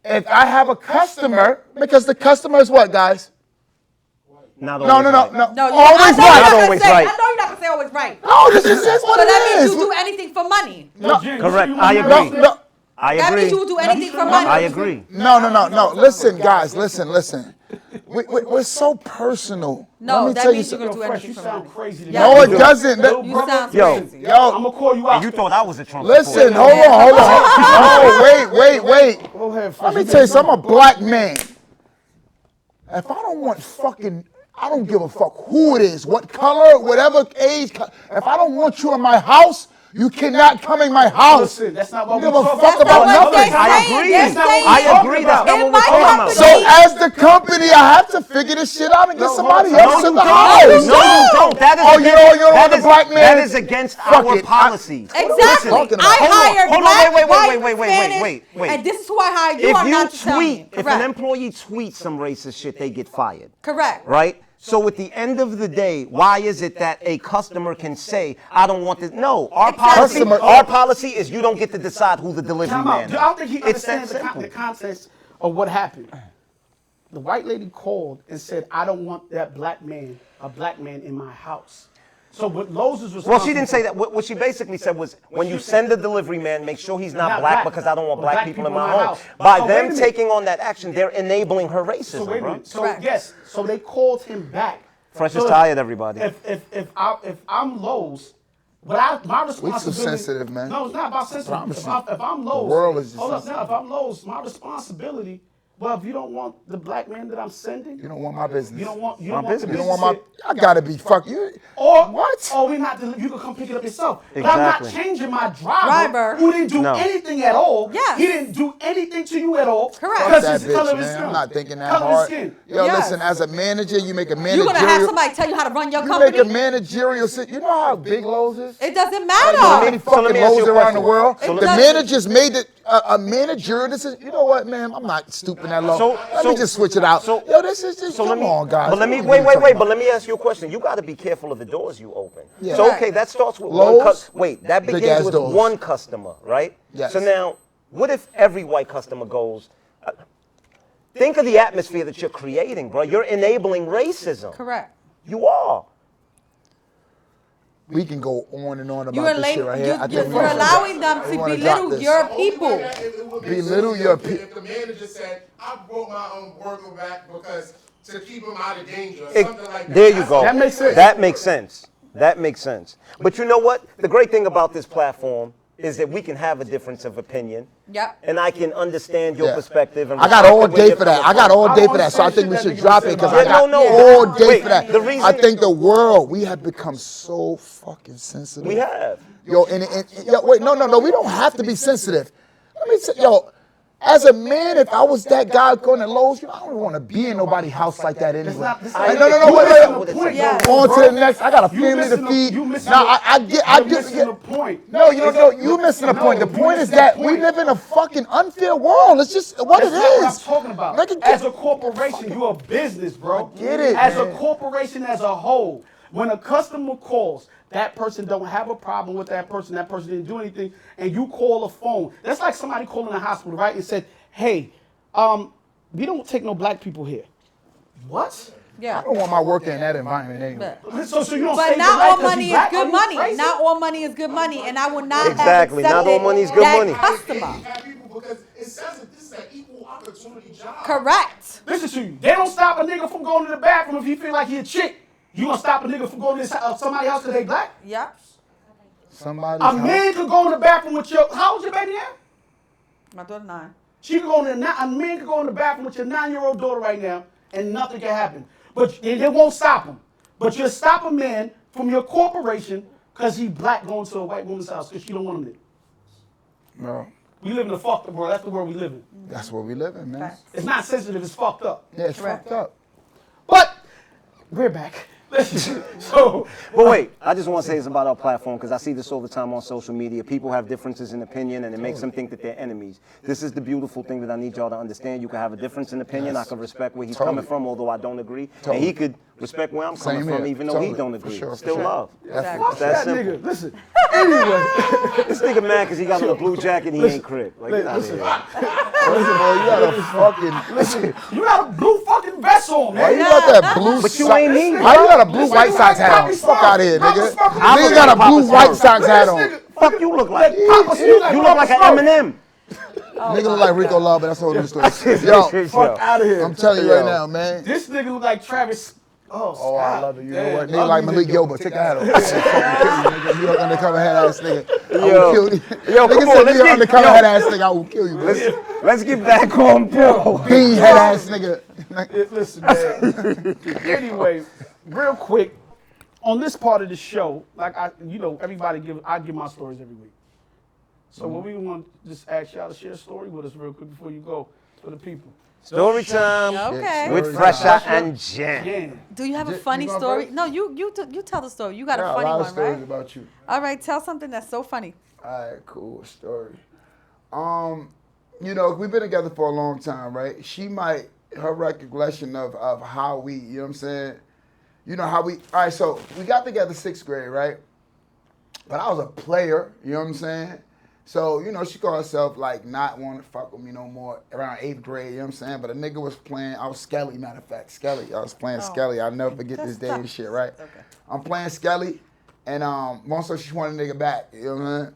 If I have a customer, because the customer is what, guys?
Not
No,
always
no, no,
right.
no.
No, you
Always
I know you're
Not
gonna
right.
always
say,
right.
I know you're not gonna say always right.
No, this is just
So
what
that
it
means
is.
you do anything for money.
No, Jim, you
Correct.
see
I
you
agree.
No,
want to
no.
I
That means you would
agree.
do anything for money.
I agree.
No, no, no, no. Listen, guys, listen, listen. We, we, we're so personal.
No,
Let me
that
tell
means
you
you're gonna
something.
do
Yo, Fresh,
anything
you
for
sound
money.
crazy.
Yeah.
No, it doesn't. That-
You sound
Yo.
crazy.
I'm
Yo,
gonna call you out.
You thought I was a Trump
listen,
supporter.
hold on, hold on. Oh, wait, wait, wait.
Go ahead, Fresh.
Let me tell you something. I'm a black man. If I don't want fucking, I don't give a fuck who it is, what color, whatever age. co- If I don't want you in my house, you cannot come in my house.
Listen, that's not what
Give
we
a
talk
fuck
about.
about
That's not what
nothing.
they're
I
saying.
agree.
That's
They're
not what
saying
we're
I
talking
agree.
about.
That's not what
In my
we're talking about.
company.
So as the company, I have to figure this shit out and get
No,
somebody
hold on.
else
No,
in
you
the
don't.
house.
No, you don't. That is
Oh,
against,
you don't. You don't
that
want the
is-
black man.
That is against
Fuck
our
it. I-
policy.
What
Exactly.
are we talking
I
about?
hired
Hold on, hold
black,
on, wait, wait,
white,
wait, wait, wait, wait,
Spanish,
wait, wait.
and this is who I hired. You
If
are
you
not to tell me.
tweet, if an
Correct.
employee tweets some racist shit, they get fired.
Correct.
Right? So at the end of the day, why is it that a customer can say, I don't want this? No, our
Exactly.
policy,
Customer-
our policy is you don't get to decide who the delivery
Time out.
man
I
is.
don't think he
It's that
understands the, con-
simple.
the context of what happened. The white lady called and said, "I don't want that black man, a black man in my house." So what Lowe's is responsible.
Well, she didn't say that. What, what she basically said was, when you send the delivery man, make sure he's not
Not
black
black.
because I don't want
Or
black people in my home. By
Oh, wait a
them
minute.
taking on that action, they're enabling her
So
racism,
wait a
bro.
minute. So
Correct.
yes. So they called him back.
Fresh
so
is
if-
tired, everybody.
If if if, I, if I'm Lowe's, but I my responsibility.
sensitive, man.
No, it's not about sensitive.
Promise
If,
you.
I, if I'm Lowe's,
world is just
hold up.
sensitive.
Now, if I'm Lowe's, my responsibility. Well, if you don't want the black man that I'm sending,
You don't want my business.
You don't want you
My
don't want the
business.
You don't want my.
business
I gotta be fuck you.
Or
what?
Or we not. deli- You can come pick it up yourself. But I'm not
Exactly.
changing my driver,
Driver.
who didn't do
No.
anything at all.
Yes.
He didn't do anything to you at all.
Correct. Fuck
Because
that
it's the color
bitch,
of his
man.
skin.
I'm not thinking that
color
hard.
Of his skin.
Yo,
Yes.
listen. As a manager, you make a
You're
managerial.
gonna have somebody tell you how to run your
You
company.
make a managerial. si- You know how big Lowe's is.
it doesn't
How many
matter.
So let
fucking
me ask you
Lowe's
a
around the
question.
world.
So
the
let me-
managers made it a, a managerial decision. You know what, man? I'm not stooping that low.
So-
let
so-
me just switch it out.
so-
Yo, this is just.
So
come
let me,
on, guys.
But let me
What are
wait,
we
wait,
talking
wait.
about?
But let me ask you a question. You got to be careful of the doors you open.
Yeah.
So
Right.
okay, that starts with one.
Lowe's,
Cu- wait, that
big
begins
ass
with
doors.
one customer, right?
Yes.
So now, what if every white customer goes? uh, think of the atmosphere that you're creating, bro. You're enabling racism.
Correct.
You are.
We we can go on and on about
You're,
this
la-
shit right
you-
here. I
you-
think we
you're
wanna-
allowing them
we
to
wanna drop
belittle
this.
your people.
Belittle your people.
If the manager said, I brought my own worker back because to keep him out of danger, or
It-
something like that.
there you go.
That's-
That makes sense. That makes sense. But you know what? The great thing about this platform is that we can have a difference of opinion.
Yep.
And I can understand your
Yeah.
perspective. And
I got all
respect where
day
you're
for that.
coming
I got
from.
all day for that. So I think we should drop it because I
Yeah, no,
got
no.
all day
Wait,
for that.
the reason-
I think the world we have become so fucking sensitive.
We have.
Yo, and, and, and- yo, wait, no, no, no. We don't have to be sensitive. Let me say, yo, as a man, if I was that guy going to Lowe's, you know, I don't want to be in nobody's house like that anyway.
not-
Hey, no, no, no,
You
wait,
missing
wait,
the
wait.
point,
Yeah.
though,
On
bro.
to the next. I got a
You
family
missing
to
the-
feed.
you missing
Nah,
the-
I, I get, I
you're
get,
missing
get-
the point.
No, you don't know. You missing the
No,
point. The
you
point is
missing
that
the
we
point.
live in a fucking unfair world. It's just what
That's
it
not what I'm
is.
talking about.
Make it
as a corporation, you're a business, bro.
I get it,
As
man.
a corporation as a whole, when a customer calls, that person don't have a problem with that person. That person didn't do anything, and you call a phone. That's like somebody calling the hospital, right? And said, "Hey, um, we don't take no black people here." What?
Yeah.
I don't want my work in that environment anyway.
So, so you don't
but
say
not
black
all
'cause you
money is
black? Are
good
you
money.
crazy?
Not all money is good money, and I would not
Exactly. Not all
Have accepted
money is good
that
money.
Customer,
It says that this is an equal opportunity job.
correct.
Listen to you. They don't stop a nigga from going to the bathroom if he feel like he a chick. You gonna stop a nigga from going to this- uh, somebody else because they black?
Yep.
Somebody.
A man could go in the bathroom with your. How old your baby now?
My daughter nine.
She could go in the. A man could go in the bathroom with your nine-year-old daughter right now, and nothing can happen. But and it won't stop him. But you'll stop a man from your corporation because he black going to a white woman's house because she don't want him there.
No,
We live in the fucked up world. That's the world we live in.
that's where we live in, man.
It's not sensitive. It's fucked up.
Yeah, it's fucked up.
But we're back. Listen. so.
But wait, I just want to say this about our platform because I see this all the time on social media. People have differences in opinion and it makes them think that they're enemies. This is the beautiful thing that I need y'all to understand. You can have a difference in opinion. I
Yes.
can respect where he's
Totally.
coming from, although I don't agree. And
Totally.
he could respect where I'm
Same
coming
here.
from, even though he
Totally.
don't
For
agree.
sure, for
Still
sure.
love.
Exactly.
It's that
That
simple.
nigga, listen. Anyway,
This nigga mad because he got on a blue jacket and he ain't crib. Like, get out of
Listen.
here.
First of all, you got a fucking listen.
you got a blue fucking vest on,
Why
man.
you got that blue?
But you
sock-
ain't me,
Why you got a blue
Listen,
White
you like
Sox hat on?
Papa
Fuck out of here,
Papa
nigga.
Smurf.
I'm
Nigga
a
got a
Papa
blue
Smurf.
White Sox hat on.
This nigga-
Fuck you look like.
Papa Smurf,
You
like
look
Papa
like an
Smurf.
Eminem.
Nigga look like Rico Law, but that's a whole different story. Yo,
Fuck out of here.
I'm telling you right
Yo.
now, man.
This nigga look like Travis. Oh,
Oh, I
Scott.
love it. You know
Damn,
what? Nigga
love
like
you,
Malik
nigga.
Yoba. Take that hat off. I'm gonna kill you, nigga. New York undercover head ass nigga. I
Yo.
will kill you.
Yo, come
nigga
on,
said
let's
New York
get-
undercover
yo.
head ass nigga. I will kill you. Listen,
Let's get back on Bill.
bean head ass nigga.
Yeah, Listen, man. anyway, real quick, on this part of the show, like I, you know, everybody give I give my stories every week. So what we want to just ask y'all to share a story with us real quick before you go for the people.
Story time
Okay.
with Fresher and Jen.
Yeah.
Do you have a funny
you go
story?
first?
No, you you t- you tell the story. You got
Got
a funny
lot of
one,
stories
right?
about you.
All right, tell something that's so funny.
All right, cool story. Um, you know, we've been together for a long time, right? She might her recollection of of how we, you know what I'm saying? You know how we. All right, so we got together sixth grade, right? But I was a player, you know what I'm saying? So, you know, she called herself like not wanting to fuck with me no more around eighth grade, you know what I'm saying? But a nigga was playing, I was Skelly, matter of fact, Skelly. I was playing Skelly. I'll never forget this
Oh, That's
day
tough.
and shit, right? I'm playing Skelly, and um, once so she wanted a nigga back, you know what I'm saying?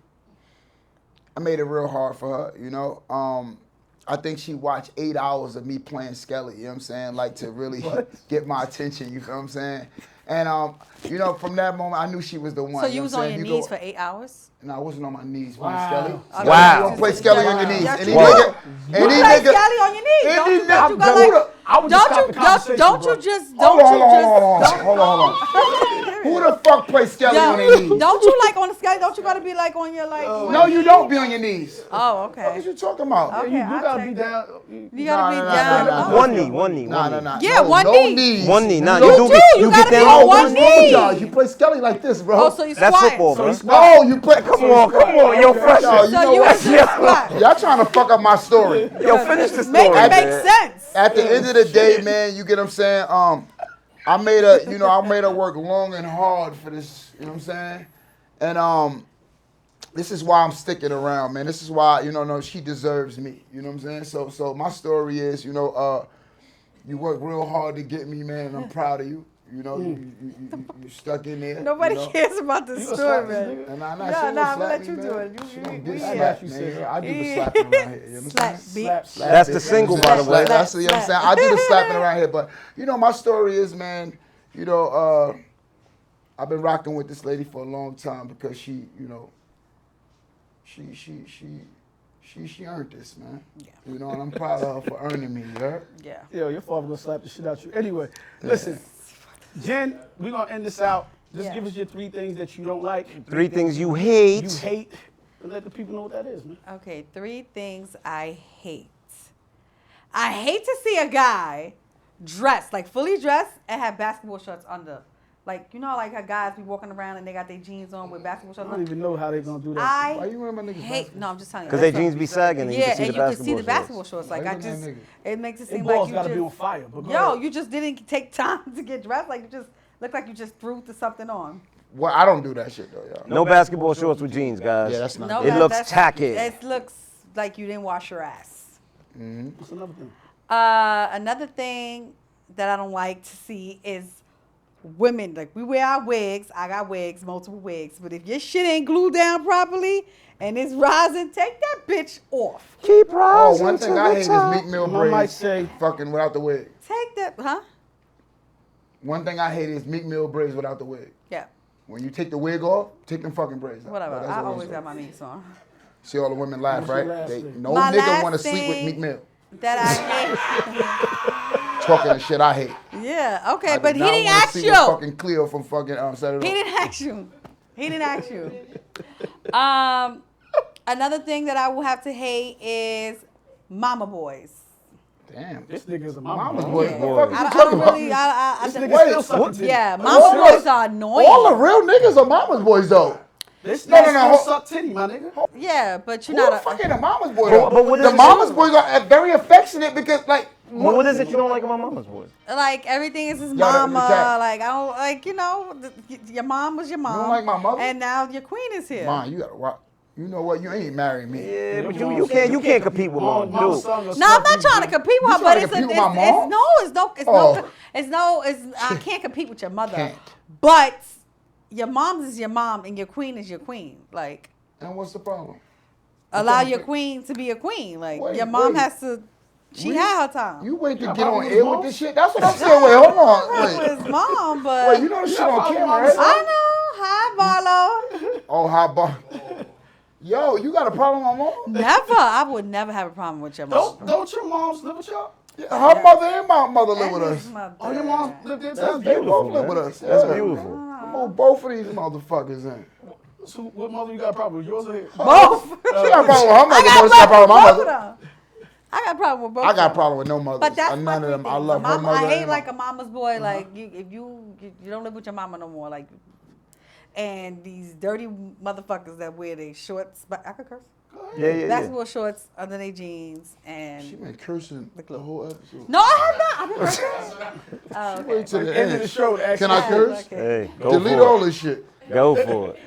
I made it real hard for her, you know. Um, I think she watched eight hours of me playing Skelly, you know what I'm saying? Like to really get my attention, you feel what I'm saying? And um, you know, from that moment I knew she was the one.
so
know
you
what
was
I'm
on
saying?
your
You go-
knees for Oh, eight hours.
no, I wasn't on my knees playing
Wow.
Skelly.
Okay.
Wow.
Wow.
You wanna play Skelly on your knees.
Yes,
Any
you do.
nigga,
You
any
play
nigga.
Skelly on your knees. Don't you,
Any
don't you
nigga-
go
Hold
like?
up.
I would just
Don't
stop
you
the
don't, don't
conversation,
you just
Hold
don't
on, hold
you
on,
just
hold on,
don't,
hold on, hold on. Who the fuck plays Skelly on their
Yo,
knees?
don't you like on the sky? Don't you gotta be like on your like?
No, you don't be on your knees.
Oh,
What
okay.
you talking about?
Okay,
you do
I'll
gotta
take
be
that.
down.
You gotta
Nah,
be
nah,
down.
nah, nah,
low.
One knee, one knee,
Nah,
one
nah,
knee.
nah.
Yeah,
no,
one
no
knee.
Knees.
One knee. Nah,
No
you do
knees.
get
you
you
gotta
get
be
down
on
on
Oh,
one
one
what's wrong with
knee.
knee.
y'all? You play Skelly like this, bro.
Oh, so you
That's
squat.
football, bro.
no, you play. Come on, come on.
Yo, fresh.
Yo, Oh, you
So
know
you
what?
was in the squat.
Y'all trying to fuck up my story.
Yo, finish the story.
Make it make
man.
sense.
At the end of the day, man, you get what I'm saying? Um, I made her, you know, I made her work long and hard for this, you know what I'm saying? And um, this is why I'm sticking around, man. This is why, you know, no, she deserves me. You know what I'm saying? So so my story is, you know, uh, you work real hard to get me, man, and I'm proud of you. You know, you, you, you, you stuck in there.
Mm. Nobody
you know?
cares about this
You gonna
story,
slap
man.
this nigga? Nah, nah,
Nah,
she gonna
nah, I'ma
slap
let
me,
you do
man.
it. You-
She
you-
gonna
we
diss
here.
slap me, man. I do the slapping around here. You know what I'm
Slap,
saying?
beat. Slap,
slap, That's the bitch. single, by the way.
That's the, you know what I'm saying?
Slap.
I do the slapping around here, but you know, my story is, man, you know, uh, I've been rocking with this lady for a long time because she, you know, she, she, she, she, she earned this, man. Yeah. You know, and I'm proud of her for earning me, you heard?
Yeah.
Yo, your father gonna slap the shit out you. Anyway, listen, Jen, we gonna end this out. Just give us your three things that you don't like.
Three things you hate.
You hate. And let the people know what that is, man.
Okay, three things I hate. I hate to see a guy dressed, like fully dressed, and have basketball shorts under. Like, you know, like how guys be walking around and they got their jeans on with basketball
I
shorts
don't
on?
even know how they gonna do that.
I
Why you wearing my niggas
hate, no, I'm just telling you.
'Cause they
that's
jeans
what-
be sagging and you
yeah,
can see
and
the
you can see the
basketball
basketball shorts. Like,
Why
I
you look
just,
like
it makes it
Them
seem
balls
like you
gotta
just.
be on fire, but go
Yo,
ahead.
you just didn't take time to get dressed. Like, you just looked like you just threw the something on.
Well, I don't do that shit though, y'all.
No, basketball shorts with jeans, guys.
Yeah, that's not
No,
It
that-
looks
that's-
tacky.
It looks like you didn't wash your ass.
Mm-hmm.
What's another thing?
Uh, another thing that I don't like to see is women. Like we wear our wigs. I got wigs, multiple wigs. But if your shit ain't glued down properly and it's rising, take that bitch off.
Keep
Oh, one thing I hate is Meek Mill
One might
braids. fucking without the wig.
Take that, huh?
One thing I hate is Meek Mill braids without the wig.
Yeah,
When you take the wig off, take them fucking braids out.
whatever.
That's
I
what I'm
always
saying.
got my meats on.
See all the women laugh,
What's your
right?
last
They,
thing?
no
My
nigga
last
want to sleep with Meek
thing-
Mill.
That I
Talking the shit I hate.
hate. yeah, okay,
I do
but he
not
didn't
wanna
ask
sleep with
you.
fucking Cleo from fucking um, Saturday.
He
Night.
didn't ask you. He didn't ask you. Um, another thing that I will have to hate is mama boys.
Damn.
This nigga's a mama.
Mama's
boy.
boy.
Yeah.
What the fuck
I,
you
I
talking
don't
about?
really. I, I, I
This
think-
nigga still sucked titty.
Yeah,
All
mama
the-
boys are annoying.
All the real niggas are mama's boys though.
This
No,
nigga
no, no,
still
hold-
sucked titty, my nigga.
yeah, but you're
Who
not
the
a.
fuck ain't a mama's
But-
boy though?
but what is
the
it-
mama's boys are uh, very affectionate because like.
Well, what is it you don't like about mama's boys?
Like everything is his
Y'all don't
mama.
understand.
Like I don't like you know. th- y- Your mom was your mom.
like my mother?
And now your queen is here.
Mom, you gotta rock. You know what? You ain't marrying me.
Yeah, but you, you can't you can't compete with
Mama-
mom,
Oh, mama
dude.
son gonna
No, I'm
suck
not
you,
trying to
bitch.
compete with
You
her, but
trying to
it's, a,
compete
it's,
with my
it's
mom?
no, it's no, it's
Oh.
no, it's no, it's I can't compete with your mother.
Can't.
But your mom is your mom, and your queen is your queen. Like
And what's the problem?
allow
can't
your
compete.
queen to be a queen. Like
Wait,
your mom
wait.
has to. She
We-
had her time.
You wait to
Yeah,
get
Bobby
on
was
air
mom.
with this shit. That's what I'm saying. Wait, hold on. Wait,
with his mom, but
wait you know this shit
Yeah,
on
Bobby
camera,
was
right?
I know. Hi, Barlow.
Oh, how about? Yo, you got a problem with my mom?
never. I would never have a problem with your mom.
Don't, don't your moms live with y'all?
Yeah, Her mother and my mother live with us.
Oh, your moms live there
That's
too?
they both
beautiful, man.
live with us.
That's
yeah.
beautiful.
Move both of these motherfuckers in.
So what mother you got a problem with? Yours or his?
Both.
She got a problem with her
Uh, I
mother.
got
but She got a problem with my
problem with both
mother.
of them. I got a problem with both.
I got a
of them.
problem with no mother. Uh,
But that's
none of them. I love her
mama,
mother.
I hate
and my- Uh-huh.
like a mama's boy. Like you, if you, you you don't live with your mama no more. Like, and these dirty motherfuckers that wear they shorts. But I could curse.
Yeah, yeah, yeah.
Basketball shorts under their jeans
She
and.
been cursing
Look,
the
look.
whole episode.
No, I have not. I've been cursing. Oh, okay.
Wait till the
End of
end.
the show. to ask
Can
you-
I curse?
Okay.
Hey, go
Delete
for
all
it.
this shit.
Go for it.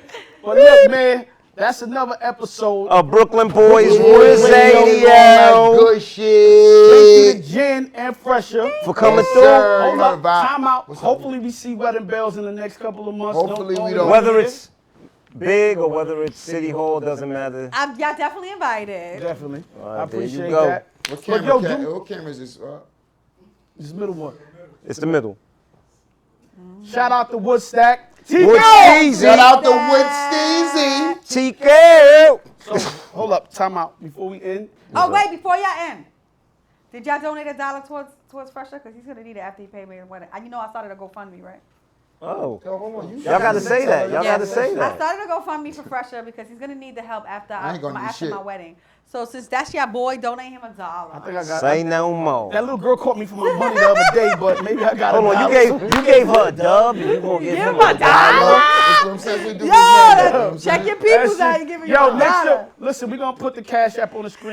But look, man, that's another episode.
A Uh, Brooklyn boys
Brooklyn
Riz
Radio, all that
Radio
Good shit.
Thank you to Jen and Fresher.
for coming
Yes, sir.
through.
Hold
know the
up,
vibe.
time out.
What's up?
Hopefully we see wedding bells in the next couple of months.
Hopefully
know
we
it
don't.
is.
Whether it's big or whether it's City Hall, doesn't matter.
I'm, y'all definitely invited.
definitely,
right,
I
there you
appreciate
go.
that.
What
But
camera?
yo,
ca-
do
what camera is this? Uh,
this middle one.
It's the middle.
Shout out to Woodstack. T-
Wood
Shout
Cheesy.
out to Wood Steezy.
TKO.
so, hold up, time out before we end.
Oh wait, before y'all end, did y'all donate a dollar towards towards Fresher? Cause he's gonna need it after he paid me the wedding. I- You know I started a GoFundMe, right?
Oh.
Yo, hold on. You
Y'all gotta say that. Y'all
Yes.
gotta say
I
that.
started a GoFundMe for Fresher because he's gonna need the help after
I
I
ain't gonna
my,
do
after
shit.
my wedding. So since that's your boy, donate him a dollar.
I think I got
Say no
that
more.
little girl caught me for my money the other day, but maybe I got
Hold
it.
on, you gave you gave her a dub and you gonna give him a dub.
That's what I'm saying. We do
Yo,
this now, you know what I'm
that, check
saying?
your people's
That's
out
it.
and give me
Yo,
a
next
dollar.
year, listen, we're gonna put the cash app on the screen.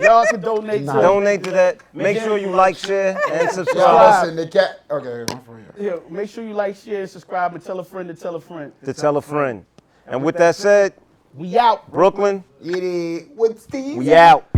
Y'all can donate to
Donate to that. Make sure you like, share, and
Y'all
subscribe
listen, the cat. Okay, I'm for you.
Yeah, make sure you like, share, and subscribe, and tell a friend to tell a friend.
to tell a friend. And with that said,
We out.
Brooklyn,
It is. What's the?
we out.